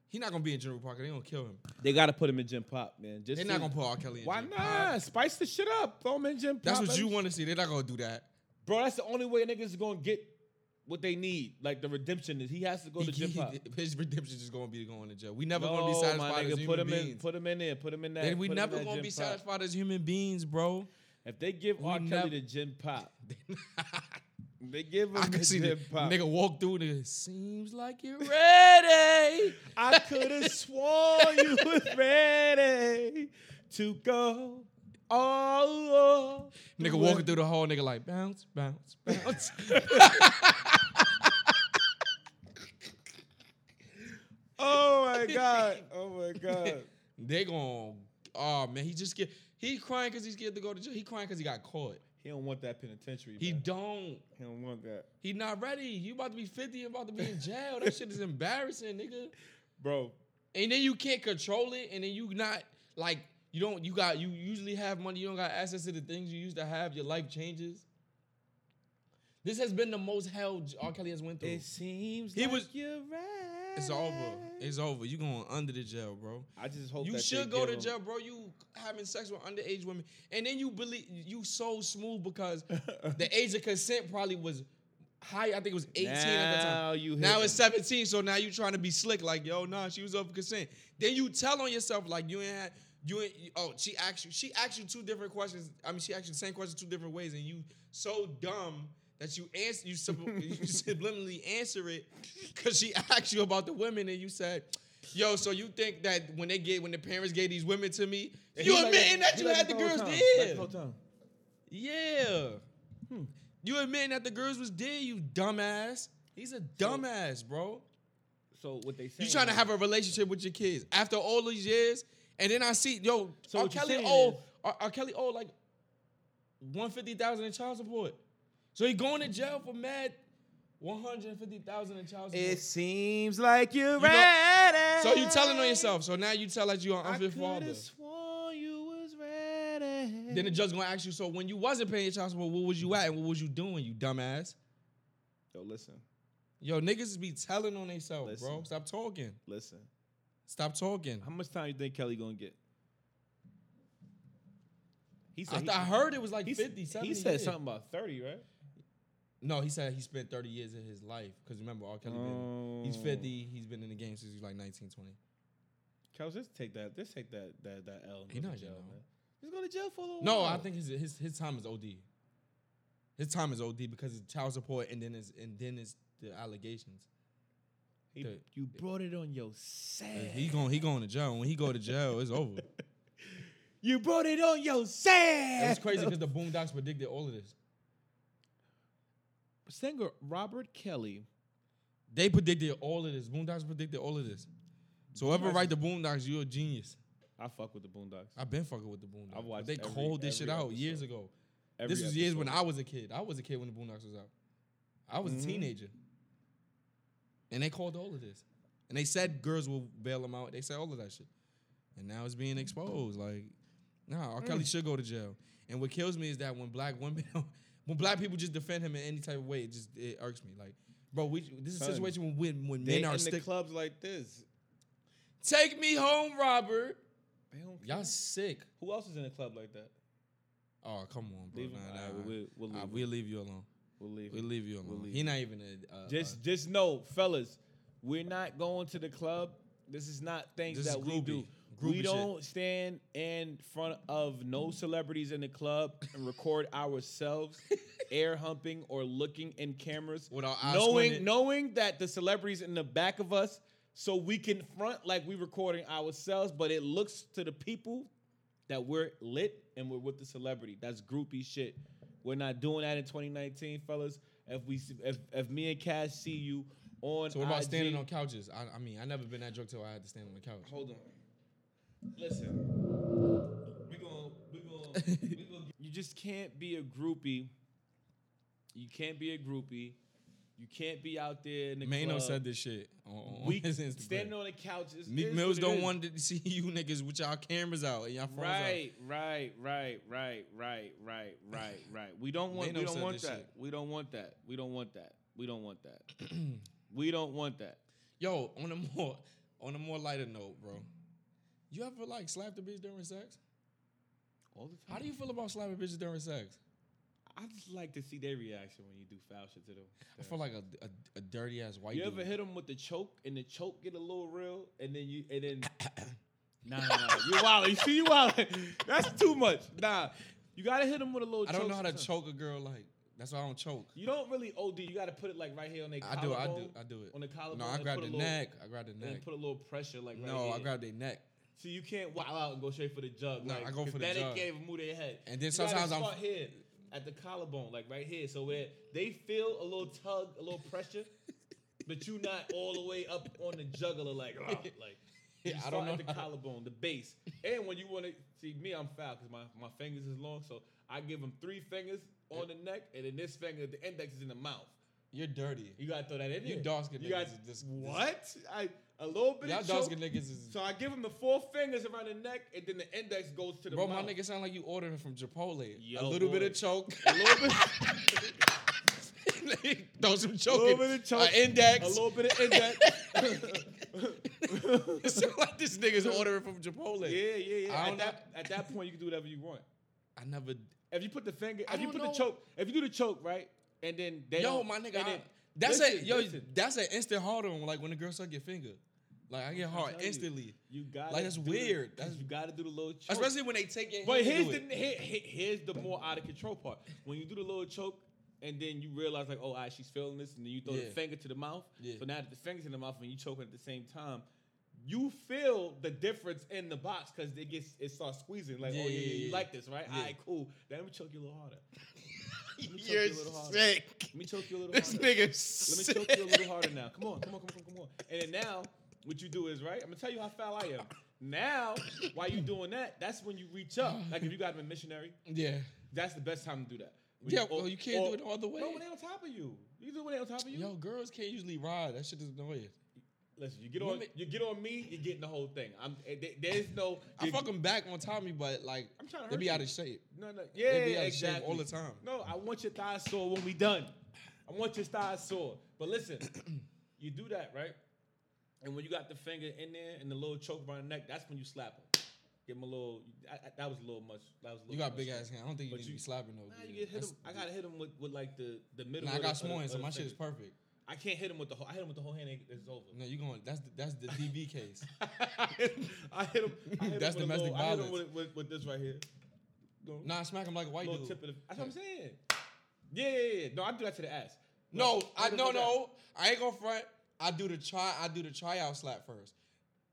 A: he not gonna be in General Parker. They gonna kill him.
B: they gotta put him in Jim Pop, man. Just
A: They not gonna put R. Kelly in.
B: Why
A: Jim
B: not?
A: Pop.
B: Spice the shit up. Throw him in Jim Pop.
A: That's
B: Let
A: what you
B: him-
A: want to see. They're not gonna do that.
B: bro. That's the only way niggas is gonna get what they need. Like the redemption is he has to go
A: He-
B: to Jim
A: he-
B: Pop.
A: his redemption is gonna be going to jail. We never
B: No,
A: gonna be
B: my
A: satisfied
B: nigga,
A: as human
B: put him
A: beings.
B: in. Put him in there. Put him in that.
A: And we
B: put him
A: never
B: in that
A: gonna
B: Jim
A: be
B: Pop.
A: satisfied as human beings, bro.
B: If they give
A: We
B: R. Kelly
A: nev-
B: to Jim Pop, they give him
A: I
B: to
A: can see the
B: Jim Pop.
A: nigga walk through the seems like you're ready.
B: I could have sworn you was ready to go Oh, all
A: nigga walking through the hall, nigga like bounce, bounce, bounce.
B: Oh my god! Oh my god!
A: they gon' oh man, he just get he crying cause he's scared to go to jail. He crying cause he got caught.
B: He don't want that penitentiary.
A: He
B: man.
A: don't.
B: He don't want that,
A: He not ready. You about to be 50 and about to be in jail. that shit is embarrassing, nigga.
B: bro.
A: And then you can't control it, and then you not like you don't you got you usually have money, you don't got access to the things you used to have, your life changes. This has been the most hell J- R. Kelly has went through. It's,
B: seems
A: He was-
B: you're right.
A: over. It's over. You going under the jail, bro.
B: I just hope
A: You
B: that
A: should
B: they
A: go
B: give
A: to
B: him-
A: jail, bro. You having sex with underage women, and then you believe you so smooth because the age of consent probably was high. I think it was eighteen at the time.
B: Now you
A: Now
B: hitting.
A: it's 17, so now you trying to be slick, like, yo, nah, she was up for consent. Then you tell on yourself, like, you ain't had, you ain't, you- oh, she asked you, she asked you two different questions. I mean, she asked you the same question two different ways, and you so dumb that you answer, you, sub, you subliminally answer it because she asked you about the women, and you said, yo, so you think that when they get, when the parents gave these women to me,
B: And
A: you
B: he like
A: admitting
B: it-
A: that
B: he
A: you
B: like
A: had
B: it
A: the
B: whole
A: girls
B: time. Like
A: there?
B: it whole time.
A: Yeah.
B: Hmm.
A: You admitting that the girls was dead, you dumbass. He's a dumbass, bro.
B: So what they say?
A: You trying to have a relationship with your kids after all these years, and then I see yo,
B: So
A: R.
B: what you're
A: Kelly
B: saying
A: owe
B: is-
A: R. R. Kelly owe like one fifty thousand in child support, so he going to jail for mad one hundred fifty thousand in child support.
B: It seems like you're
A: know-
B: ready.
A: so you telling on yourself. So now you tell that you're an
B: I
A: unfit
B: could
A: father.
B: have sworn you was ready.
A: Then the judge gonna ask you. So when you wasn't paying your child support, what was you at and what was you doing? You dumbass.
B: Yo, listen,
A: Yo, niggas be telling on themselves, bro.
B: Listen.
A: Stop talking.
B: listen.
A: Stop talking.
B: How much time you think Kelly gonna get? He
A: I,
B: he-
A: th- I heard it was like
B: he s-
A: 50, 70
B: He said
A: years.
B: something about thirty, right?
A: No, he said he spent 30 years of his life. Because remember, R. Kelly, been, he's
B: Oh.
A: 50. He's been in the game since he was like 19, 20.
B: Kel, just take that. Just take that that that L. And
A: He
B: go
A: not
B: to jail,
A: jail.
B: man. He's going to jail for a little
A: No,
B: while.
A: I think his, his his time is OD. His time is OD because it's child support and then it's, and then it's the allegations.
B: He-
A: that-
B: you brought it on yourself.
A: He going he going to jail. When he go to jail, it's over.
B: you brought it on yourself.
A: It was crazy because the Boondocks predicted all of this.
B: Singer Robert Kelly.
A: They predicted all of this. Boondocks predicted all of this. So whoever
B: Nice.
A: write the Boondocks, you're a genius.
B: I fuck with the Boondocks.
A: I've been fucking with the Boondocks.
B: I've watched
A: they
B: every-
A: called this shit
B: every
A: out years
B: episode.
A: ago.
B: Every
A: this was years when
B: episode.
A: I was a kid. I was a kid when the Boondocks was out. I was
B: Mhm.
A: a teenager. And they called all of this. And they said girls will bail them out. They said all of that shit. And now it's being exposed. Like, nah, R.
B: Mm.
A: Kelly should go to jail. And what kills me is that when black women, when black people just defend him in any type of way, it just it irks me. Like, bro, we this is a
B: Son,
A: situation when when
B: They
A: men
B: in
A: are
B: the
A: stick.
B: clubs like this.
A: Take me home, Robert.
B: They don't care.
A: Y'all sick.
B: Who else is in a club like that?
A: Oh, come on, bro.
B: Leave
A: Nah,
B: him.
A: nah, we'll,
B: Alright, we'll, we'll leave. him.
A: we'll leave you alone.
B: We'll leave. him.
A: We'll leave you alone.
B: leave
A: he
B: him.
A: not even a. Uh,
B: Just
A: uh,
B: just know, fellas, we're not going to the club. This is not things
A: This is
B: that we
A: groupie.
B: do.
A: Groupie
B: we
A: shit.
B: don't stand in front of no celebrities in the club and record ourselves air humping or looking in cameras.
A: With our eyes
B: knowing
A: squinted.
B: knowing that the celebrities in the back of us so we can front like we recording ourselves, but it looks to the people that we're lit and we're with the celebrity. That's groupie shit. We're not doing that in 2019, fellas. If we see- if if me and Cash see you on
A: So what about
B: IG
A: standing on couches? I, I mean, I never been that drunk till I had to stand on the couch.
B: Hold on. Listen. We going we going we going You just can't be a groupie. You can't be a groupie. You can't be out there in the
A: Mano
B: club.
A: said this shit on, on
B: we
A: his Instagram.
B: standing on the couches.
A: Meek Mills don't want to see you niggas with y'all cameras out and y'all phones
B: Right, right, right, right, right, right, right, right. We don't want.
A: Mano
B: We don't
A: said
B: want
A: this
B: that.
A: shit.
B: We don't want that. We don't want that. We don't want that. we don't want that.
A: out. Yo, on a more on a more lighter note, bro. You ever like slap the bitch during sex?
B: All the
A: How do you feel about slapping bitches during sex?
B: I just like to see their reaction when you do foul shit to them.
A: I feel like a, a, a dirty ass white
B: you
A: dude.
B: ever hit them with the choke and the choke get a little real and then you and then nah, nah, nah. you wild. You see you wild. That's too much. Nah, you gotta hit them with a little.
A: I don't
B: choke
A: know how to
B: sometimes.
A: choke a girl like. That's why I don't choke.
B: You don't really OD. You gotta put it like right here on their.
A: I do. I do.
B: collarbone,
A: I do it.
B: on the collarbone.
A: No, I
B: and
A: grab
B: put
A: the
B: a little-
A: neck. I grab the
B: And then
A: neck.
B: put a little pressure like right
A: No,
B: here.
A: I grab their neck.
B: So you can't wow out and go straight for the jug.
A: No,
B: like,
A: I go
B: 'cause
A: for the
B: then
A: jug.
B: they can't even move their head.
A: And then
B: You
A: sometimes
B: gotta
A: I'm-
B: start here at the collarbone, like right here, so where they feel a little tug, a little pressure, but you not all the way up on the juggler, like "Ah," like.
A: Yeah,
B: you
A: I
B: start
A: don't
B: at
A: know
B: the
A: how-
B: collarbone, the base, and when you want to see me, I'm foul because my, my fingers is long, so I give them three fingers on the neck, and then this finger, the index is in the mouth.
A: You're dirty.
B: You gotta throw that in
A: You
B: there.
A: dark-skinned
B: You got
A: niggas is just-
B: what? I a little bit.
A: Y'all
B: of
A: dog
B: choke,
A: skin niggas is
B: so I give him the four fingers around the neck, and then the index goes to the
A: Bro,
B: mouth.
A: my nigga sound like you ordering from Chipotle. a
B: Yo,
A: little bit
B: boy.
A: of choke.
B: A little bit,
A: Throw some
B: a
A: choke.
B: little
A: in.
B: bit of choke,
A: A index.
B: a little bit of index.
A: it sound like this nigga's ordering from
B: yeah,
A: Chipotle.
B: yeah, yeah.
A: I
B: At
A: don't
B: that, at that point, you can do whatever you want.
A: I never.
B: If you put the finger,
A: I
B: if you
A: don't
B: put
A: know.
B: the choke, if you do the choke right, and then they
A: Yo,
B: don't-
A: my nigga.
B: and
A: I-
B: then-
A: that's
B: listen,
A: a yo.
B: listen,
A: That's an instant hard on. Like when a girl suck your finger, like I get
B: I'm
A: hard
B: telling you,
A: instantly.
B: You got
A: Like, that's weird. That's-
B: you got to do the little choke.
A: Especially when they take it.
B: But here's
A: do
B: the
A: it.
B: here, here- here's the more out of control part. When you do the little choke, and then you realize like, oh, I she's feeling this, and then you throw
A: Yeah.
B: the finger to the mouth.
A: Yeah.
B: So now that the fingers in the mouth and you choking at the same time, you feel the difference in the box because it gets it starts squeezing. Like,
A: Yeah,
B: oh yeah,
A: yeah,
B: yeah,
A: yeah,
B: you
A: yeah.
B: like this, right?
A: Yeah.
B: All right, cool. Now let me choke you a little harder. Let me choke
A: You're
B: you a little harder.
A: sick.
B: Let me choke you a little
A: This
B: harder.
A: nigga.
B: Let me choke you a little harder now. Come on, come on, come on, come on. And then now, what you do is right. I'm gonna tell you how foul I am. Now, while you doing that, that's when you reach up. Like if you got him a missionary,
A: Yeah.
B: that's the best time to do that. When
A: Yeah.
B: or-
A: Well, you can't
B: or-
A: do it all the way.
B: No, when they on top of you, you can do it when they on top of you.
A: Yo, girls can't usually ride. That shit is annoying.
B: Listen, you get on,
A: women-
B: you get on me, you're getting the whole thing. I'm eh, there- there's no.
A: I fuck them back on Tommy, but like
B: I'm trying to
A: they
B: hurt
A: be
B: you.
A: out of shape.
B: No, no, yeah,
A: they be out of
B: exactly.
A: shape all the time.
B: No, I want your thighs sore when we done. I want your thighs sore. But listen, you do that, right? And when you got the finger in there and the little choke around the neck, that's when you slap him. Give him a little. I, I, that was a little much. That was a little
A: You got
B: much.
A: big ass hand. I don't think you
B: But
A: need to
B: you-
A: be slapping though.
B: Nah, you get hit him. I gotta hit him with, with like the the middle.
A: Nah, I
B: of the-
A: got
B: of the-
A: sworn, so
B: of the
A: my shit is
B: finger.
A: perfect.
B: I can't hit him with the whole. I hit him with the whole hand. and It's over.
A: No, you going? That's the, that's the DB case.
B: I hit him. I hit him. I hit
A: That's
B: him with a
A: domestic
B: little, I hit him
A: violence.
B: with, with, with this right here. Go.
A: Nah, I smack him like a white
B: little
A: dude.
B: tip of the. That's what I'm saying. Yeah, yeah, yeah. No, I do that to the ass.
A: No, I
B: do
A: no
B: that to the ass.
A: no. I ain't gonna front. I do the try. I do the tryout slap first.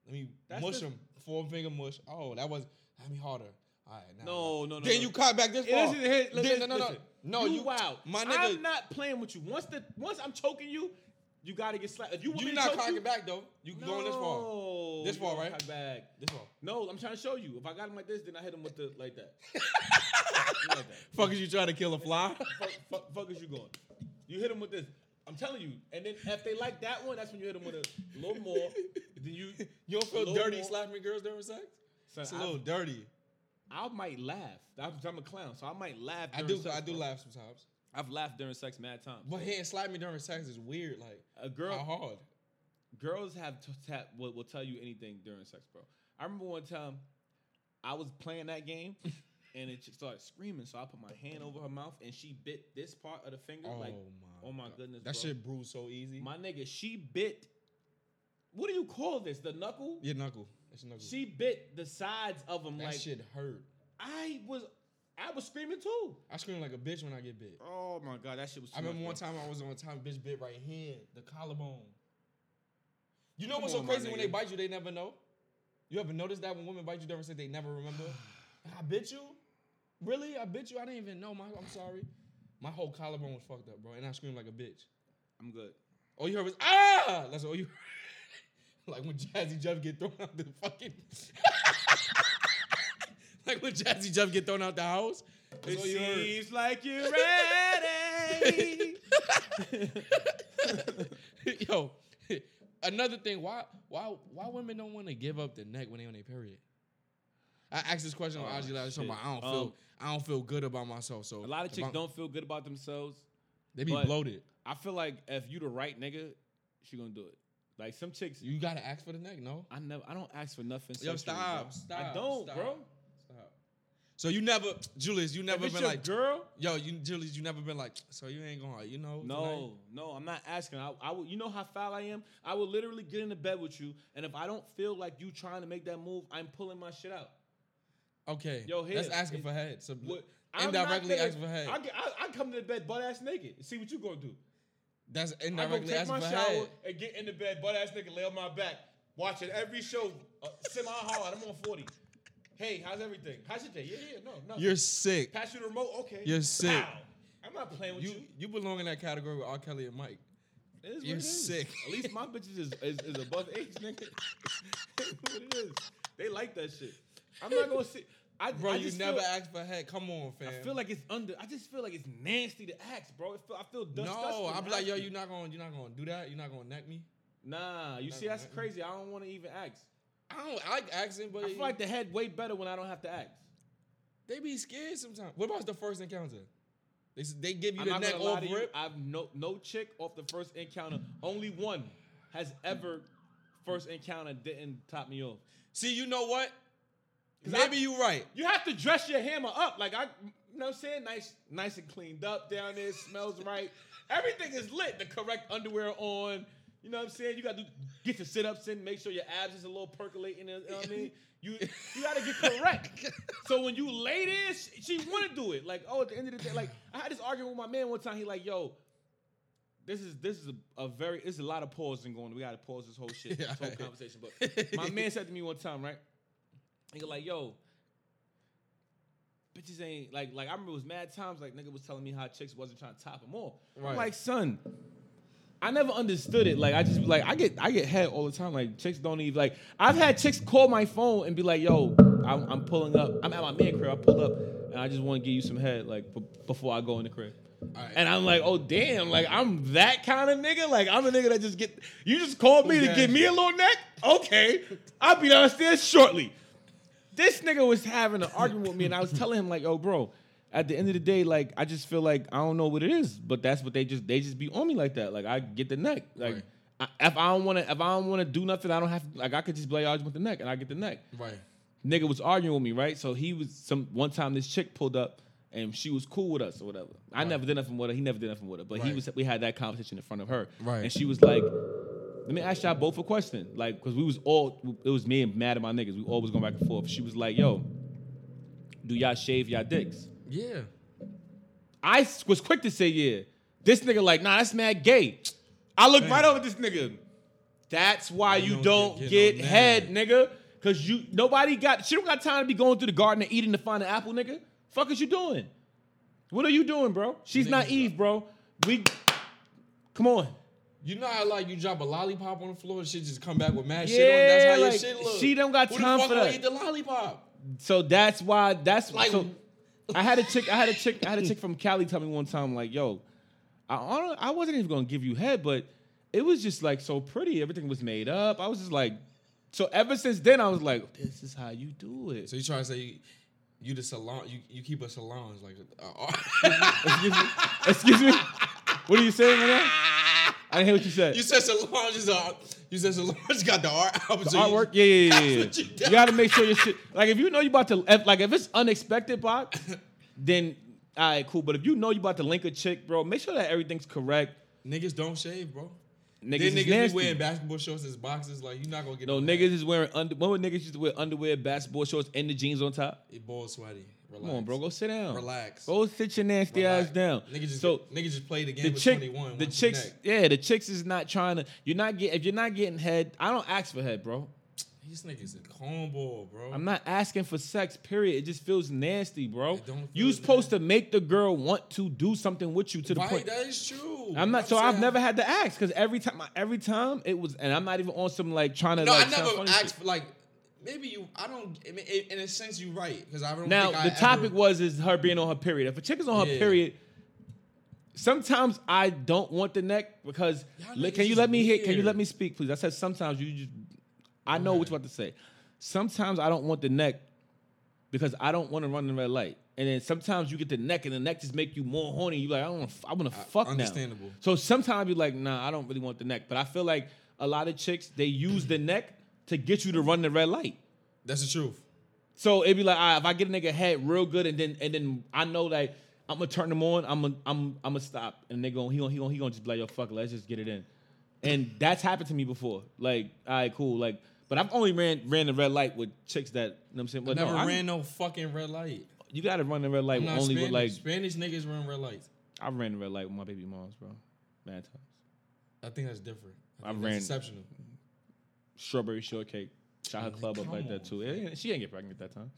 A: Let me
B: That's
A: mush
B: the-
A: him. Four finger mush. Oh, that was. Let me harder. All right. Now,
B: No, no, no,
A: Then
B: no.
A: you cut back this
B: It
A: far.
B: isn't hit.
A: Then-
B: Listen,
A: no, no, no,
B: listen.
A: no.
B: you,
A: You
B: wild.
A: My nigga,
B: I'm not playing with you. Once the once I'm choking you, you gotta get slapped. If you want
A: you
B: me
A: not
B: to choke
A: cocking
B: you,
A: back though. You
B: no,
A: going this far? This
B: you
A: far,
B: don't
A: right?
B: cock Back.
A: This far.
B: No, I'm trying to show you. If I got him like this, then I hit him with the like that. like that.
A: Fuck is you trying to kill a fly?
B: Fuck, fuck, fuck is you going? You hit them with this. I'm telling you. And then if they like that one, that's when you hit them with a little more. then you
A: You don't feel
B: Little
A: dirty
B: more-
A: slapping girls during sex?
B: Son,
A: It's a
B: I-
A: little dirty.
B: I might laugh. I'm, I'm a clown, so I might laugh.
A: I do.
B: during sex,
A: I do
B: bro.
A: laugh sometimes.
B: I've laughed during sex mad times.
A: But hand slap me during sex is weird. Like
B: A girl,
A: how hard?
B: girls have t- tap will, will tell you anything during sex, bro. I remember one time I was playing that game and it just started screaming, so I put my hand over her mouth and she bit this part of the finger. like,
A: my.
B: oh my goodness,
A: That
B: bro.
A: shit bruised so easy.
B: my nigga, she bit. What do you call this? The knuckle?
A: Your knuckle. That's your knuckle.
B: She bit the sides of him.
A: that
B: like
A: shit hurt.
B: I was, I was screaming too.
A: I scream like a bitch when I get bit.
B: Oh my god, that shit was.
A: I remember one time I was on time, bitch bit right here, the collarbone. You know
B: Come
A: what's
B: on,
A: so
B: my
A: crazy when they
B: nigga.
A: bite you, they never know. You ever noticed that when women bite you, they ever say they never remember? I bit you. Really? I bit you. I didn't even know. My, I'm sorry. My whole collarbone was fucked up, bro, and I screamed like a bitch.
B: I'm good.
A: All you heard was ah. That's all you. like when Jazzy Jeff get thrown out the fucking. like when Jazzy Jeff get thrown out the house. That's all you heard.
B: like you're ready.
A: Yo, another thing. Why why why women don't want to give up the neck when they on their period? I asked this question
B: Oh,
A: on IG last summer.
B: shit.
A: I don't
B: Um,
A: feel I don't feel good about myself. So
B: a lot of
A: if
B: chicks
A: I'm-
B: don't feel good about themselves.
A: They be
B: but-
A: bloated.
B: I feel like if you the right nigga, she gonna do it. Like some chicks,
A: You gotta ask for the neck. No.
B: I never, I don't ask for nothing.
A: Yo,
B: sexually,
A: stop,
B: bro.
A: stop.
B: I don't,
A: stop,
B: bro.
A: Stop. So you never, Julius, you
B: Never
A: never
B: if it's
A: been
B: your
A: like,
B: girl.
A: yo, you Julius, you never been like, so you ain't going, you know?
B: No, no, I'm not asking. I, I will, you know how foul I am. I will literally get into bed with you, and if I don't feel like you trying to make that move, I'm pulling my shit out.
A: tonight? Okay.
B: Yo,
A: Yo,
B: here,
A: that's asking
B: it-
A: for head. So
B: What, I'm not
A: indirectly
B: there.
A: asking for head.
B: I, get- I, I come to the bed butt ass naked. and See what you gonna do.
A: that's
B: I go
A: indirectly
B: take
A: asking
B: my
A: for
B: shower
A: head.
B: and get in the bed, butt ass nigga, lay on my back, watching every show, uh, semi hard. I'm on 40. Hey, how's everything? How's your day? Yeah, yeah, no, no.
A: You're sick.
B: Pass you the remote, okay.
A: You're sick.
B: Pow. I'm not playing with you.
A: You you belong in that category with R. Kelly and Mike.
B: It is what
A: you're
B: it is.
A: sick.
B: At least my bitches is, is, is above age, nigga. It's what it is. They like that shit. I'm not gonna see. I,
A: Bro,
B: I
A: you
B: just
A: never
B: Feel,
A: asked for head. Come on, fam.
B: I feel like it's under. I just feel like it's nasty to ask, bro. It feel, I feel disgusting.
A: no, I'm like, yo,
B: asking.
A: you not gonna you not gonna do that. You not gonna neck me.
B: Nah, you
A: Not
B: see, that's
A: nothing.
B: crazy. I don't want to even ask.
A: I don't. I like asking, but
B: I feel like the head way better when I don't have to ask.
A: they be scared sometimes. What about the first encounter? They s- they give you
B: I'm
A: the
B: not
A: neck
B: gonna lie
A: off
B: to you.
A: rip.
B: I've no no chick off the first encounter. Only one has ever first encounter didn't top me off.
A: See, you know what?
B: 'Cause I-
A: Maybe you right.
B: You have to dress your hammer up. Like I you know what I'm saying? Nice nice and cleaned up down there, smells right. Everything is lit. The correct underwear on. You know what I'm saying? You gotta do, get your sit-ups in, make sure your abs is a little percolating. You know what I mean? You you gotta get correct. So when you lay there, she, she wanna do it. Like, oh, at the end of the day, like I had this argument with my man one time. He like, yo, this is this is a, a very this is a lot of pausing going. We gotta pause this whole shit, this whole
A: Yeah.
B: conversation. But my man said to me one time, right? He like, yo, bitches ain't like like I remember it was mad times like nigga was telling me how chicks wasn't trying to top him off. I'm
A: Right.
B: like, son, I never understood it. Like I just like I get I get head all the time. Like chicks don't even like I've had chicks call my phone and be like, yo, I'm, I'm pulling up. I'm at my man crib. I pull up and I just want to give you some head like b- before I go in the crib.
A: All right.
B: And I'm like, oh damn, like I'm that kind of nigga. Like I'm a nigga that just get you just called me to
A: Okay.
B: give me a little neck? Okay. I'll be downstairs shortly. This nigga was having an argument with me, and I was telling him, like, yo, bro, at the end of the day, like, I just feel like I don't know what it is, but that's what they just they just be on me like that. Like I get the neck. Like
A: Right.
B: I, if I don't wanna if I don't wanna do nothing, I don't have to like I could just play argument with the neck and I get the neck
A: right.
B: nigga was arguing with me, right? So he was some one time this chick pulled up and she was cool with us or whatever. I never did nothing with her. He never did nothing with her. But he
A: Right.
B: was we had that conversation in front of her.
A: Right.
B: And she was like, let me ask y'all both a question. Like, cause we was all it was me and mad at my niggas. We always going back and forth. She was like, yo, do y'all shave y'all dicks?
A: Yeah.
B: I was quick to say yeah. This nigga like, nah, that's mad gay. I look
A: Man.
B: right over this nigga. That's why
A: You
B: you,
A: don't
B: don't,
A: get-
B: get,
A: get no
B: head, nigga. Cause you nobody got she don't got time to be going through the garden and eating to find an apple, nigga. Fuck is you doing? What are you doing, bro? She's
A: Niggas
B: not
A: is
B: Eve, bro. We come on.
A: You know how like you drop a lollipop on the floor and shit just come back with mad shit on.
B: Yeah,
A: That's how
B: like,
A: your shit look.
B: she don't got
A: Who
B: time
A: the fuck
B: for
A: gonna
B: that.
A: Eat the lollipop.
B: So that's why that's
A: Like-
B: so I had a chick, I had a chick, I had a chick from Cali tell me one time, like, yo, I hon- I wasn't even gonna give you head, but it was just like so pretty. Everything was made up. I was just like, so ever since then I was like, this is how you do it.
A: So you trying to say you, you the salon? You, you keep a salon like uh,
B: Excuse me. Excuse me. What are you saying, man? I didn't hear what you said.
A: you said salon is a you said salon got the art album.
B: The
A: so you-
B: artwork, yeah, yeah, yeah.
A: That's
B: yeah.
A: what you
B: You,
A: done.
B: gotta make sure your shit. Like if you know you about to, if, like if it's unexpected, Bach, then all right, cool. But if you know you about to link a chick, bro, make sure that everything's correct.
A: Niggas don't shave, bro.
B: Niggas,
A: then
B: is
A: niggas
B: nasty.
A: be wearing basketball shorts as boxes. Like you're not gonna get
B: No,
A: niggas.
B: niggas is wearing under. When were niggas used to wear underwear, basketball shorts, and the jeans on top?
A: It balls sweaty. Relax.
B: Come on, bro, go sit down.
A: Relax.
B: Go sit your nasty
A: Relax.
B: ass down.
A: Niggas just
B: so
A: niggas just played the game
B: the
A: with
B: chick,
A: 21.
B: the
A: once a
B: chicks,
A: neck.
B: yeah, the chicks is not trying to. You're not get if you're not getting head. I don't ask for head, bro.
A: These niggas a cornball, bro.
B: I'm not asking for sex, period. It just feels nasty, bro.
A: It don't
B: You
A: feel
B: supposed to make the girl want to do something with you to the
A: Right,
B: point.
A: that is true.
B: I'm not. So I've
A: saying-
B: never had to ask because every time, every time it was, and I'm not even on some like trying to.
A: No,
B: like,
A: I
B: sound
A: never
B: funny shit.
A: asked for like. Maybe you. I don't. I mean, in a sense, you're right because I don't.
B: Now
A: think I
B: the topic
A: ever-
B: was is her being on her period. If a chick is on her
A: Yeah.
B: period, sometimes I don't want the neck because
A: Y'all
B: li-
A: niggas
B: can you
A: is
B: let me hear? Can you
A: weird.
B: let me speak, please? I said sometimes you just I know what
A: ahead.
B: you're about to say. Sometimes I don't want the neck because I don't want to run the red light. And then sometimes you get the neck, and the neck just make you more horny. You like I don't, wanna, f- I want to fuck
A: understandable.
B: now. So sometimes you're like, nah, I don't really want the neck. But I feel like a lot of chicks they use the neck to get you to run the red light.
A: That's the truth.
B: So it'd be like, all right, if I get a nigga head real good, and then and then I know like I'm gonna turn them on, I'm gonna I'm I'm gonna stop, and they going he gonna he gonna he gonna just be like, yo, fuck, it, let's just get it in, and that's happened to me before. Like, all right, cool, like, but I've only ran ran the red light with chicks that you know what I'm saying, but
A: Never
B: no, I'm-
A: ran no fucking red light.
B: you gotta run the red light
A: I'm not
B: only
A: Spanish.
B: with like
A: Spanish niggas run red lights.
B: I ran the red light with my baby moms, bro, mad times.
A: I think that's different.
B: I
A: I think
B: ran-
A: that's exceptional.
B: Strawberry shortcake, shot her club up
A: come
B: like that
A: on,
B: too. Yeah, yeah, she ain't get pregnant that time.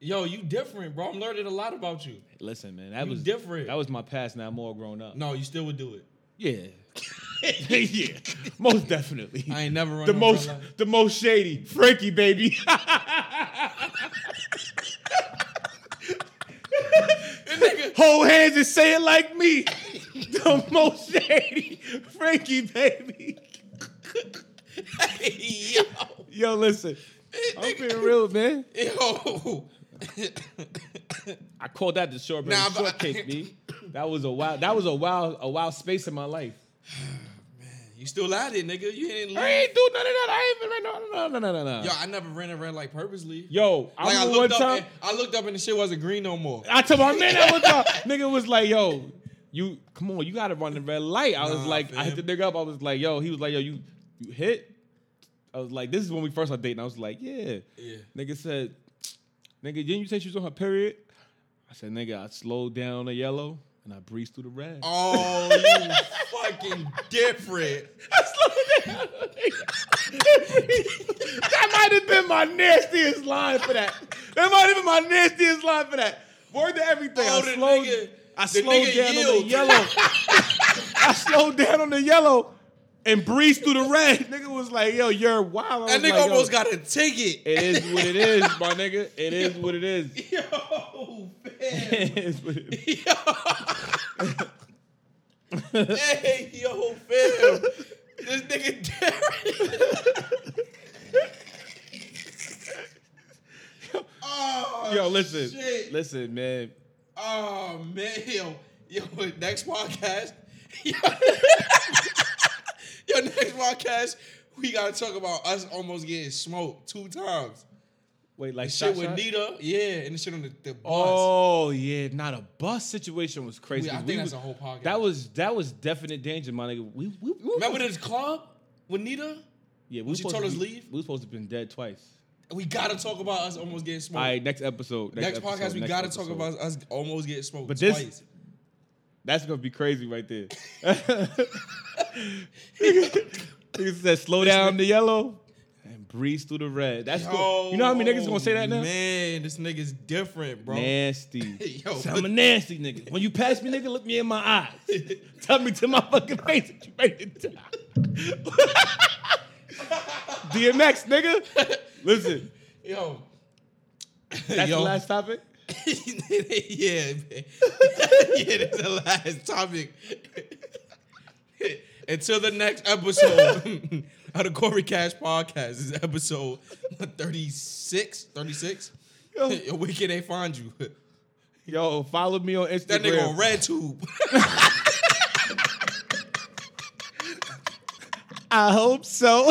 A: Yo, you different, bro. I'm learning a lot about you.
B: Listen, man, that
A: You
B: was
A: different.
B: That was my past. Now I'm all grown up.
A: No, you still would do it.
B: Yeah. yeah. Most definitely.
A: I ain't never run
B: the
A: no
B: most
A: red light.
B: the most shady. Frankie baby. Hold hands and say it like me. The most shady. Frankie baby.
A: Yo,
B: Yo, listen. I'm being real, man.
A: yo.
B: I called that the shortbread
A: Nah, but-
B: shortcake, B. That was a wild that was a wild a wild space in my life.
A: you still out here, nigga. You ain't.
B: I ain't do none of that. I ain't even no no no no no no.
A: Yo, I never ran a red light purposely.
B: Yo, I
A: like I
B: remember
A: looked
B: one
A: up,
B: time.
A: and, I looked up and the shit wasn't green no more.
B: I told my man that one time. nigga was like, yo, you come on, you gotta run the red light. I was
A: Nah,
B: like, I hit the
A: fam.
B: nigga up. I was like, yo, he was like, yo, you you hit. I was like, this is when we first started dating. I was like, yeah.
A: Yeah.
B: Nigga said, nigga, didn't you say she was on her period? I said, nigga, I slowed down the yellow and I breezed through the red.
A: Oh, you fucking different.
B: that might have been my nastiest line for that. That might have been my nastiest line for that. Word to everything.
A: Oh,
B: I
A: the
B: slowed,
A: nigga-
B: I
A: the
B: slowed
A: nigga
B: down on the
A: yield.
B: yellow. I slowed down on the yellow and breezed through the red. Nigga was like, yo, you're wild. I
A: That
B: was
A: nigga
B: like,
A: almost
B: yo,
A: got a ticket.
B: It is what it is, my nigga. It is what it is.
A: Yo, fam.
B: It is what it is.
A: hey, yo, fam. This nigga different. oh,
B: Yo, listen.
A: Shit.
B: Listen, man.
A: Oh man, yo, yo, next podcast. Yo, yo, next podcast, we gotta talk about us almost getting smoked two times.
B: Wait, like
A: The
B: shot,
A: shit with
B: shot?
A: Nita, yeah, and the shit on the, the bus.
B: Oh yeah, not a bus situation was crazy.
A: We- I
B: 'cause
A: think that's
B: was-
A: a whole podcast.
B: That was that was definite danger, my nigga. We, we, we
A: Remember this club with Nita?
B: yeah, we was
A: she
B: supposed
A: told
B: to
A: us
B: be-
A: leave?
B: We was supposed to have been dead twice.
A: We gotta talk about us almost getting smoked.
B: All right, next episode. Next,
A: next
B: episode,
A: podcast, we
B: next
A: gotta
B: episode.
A: talk about us almost getting smoked
B: But this-
A: twice.
B: That's gonna be crazy right there. Nigga said, "Slow down the yellow and breeze through the red." That's
A: Yo,
B: good. You know how many niggas gonna say that now?
A: Man, this nigga's different, bro.
B: Nasty.
A: Yo,
B: So I'm a nasty nigga. When you pass me, nigga, look me in my eyes. Tell me to my fucking face that you ready to die. DMX, nigga. Listen,
A: Yo,
B: that's
A: Yo.
B: the last topic.
A: yeah, man. yeah, that's the last topic. Until the next episode of the Corey Cash podcast, this is episode 36. 36?
B: Yo.
A: Yo, where can they find you?
B: Yo, follow me on Instagram.
A: That nigga on RedTube.
B: I hope so.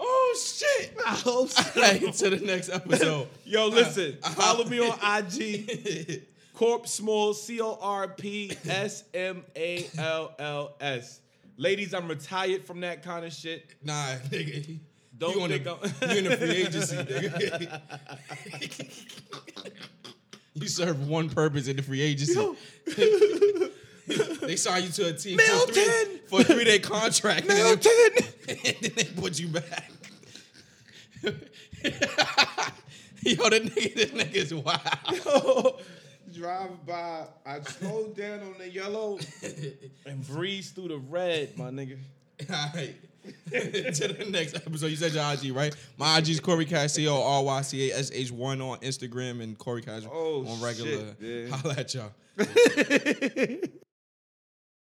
A: oh, shit. Uh,
B: I hope so.
A: Like, until the next episode. Uh-huh.
B: Yo, listen. Follow me on IG. Corp Small, C O R P S M A L L S. Ladies, I'm retired from that kind of shit.
A: nah, nigga.
B: Don't
A: you on
B: think
A: the,
B: I'm-
A: you in the free agency, nigga. you serve one purpose in the free agency. they sign you to a team for three-
B: Milton!
A: for a three day contract. and then they- and then they put you back. Yo, the nigga, the nigga's wild.
C: Drive by, I slowed down on the yellow.
B: and breeze through the red, my nigga.
A: All right. to the next episode. You said your IG, right? My IG is Corey Cash, C O R Y C A S H 1 on Instagram and Corey Cash
C: Oh,
A: on regular.
C: shit, man.
A: Holla at y'all.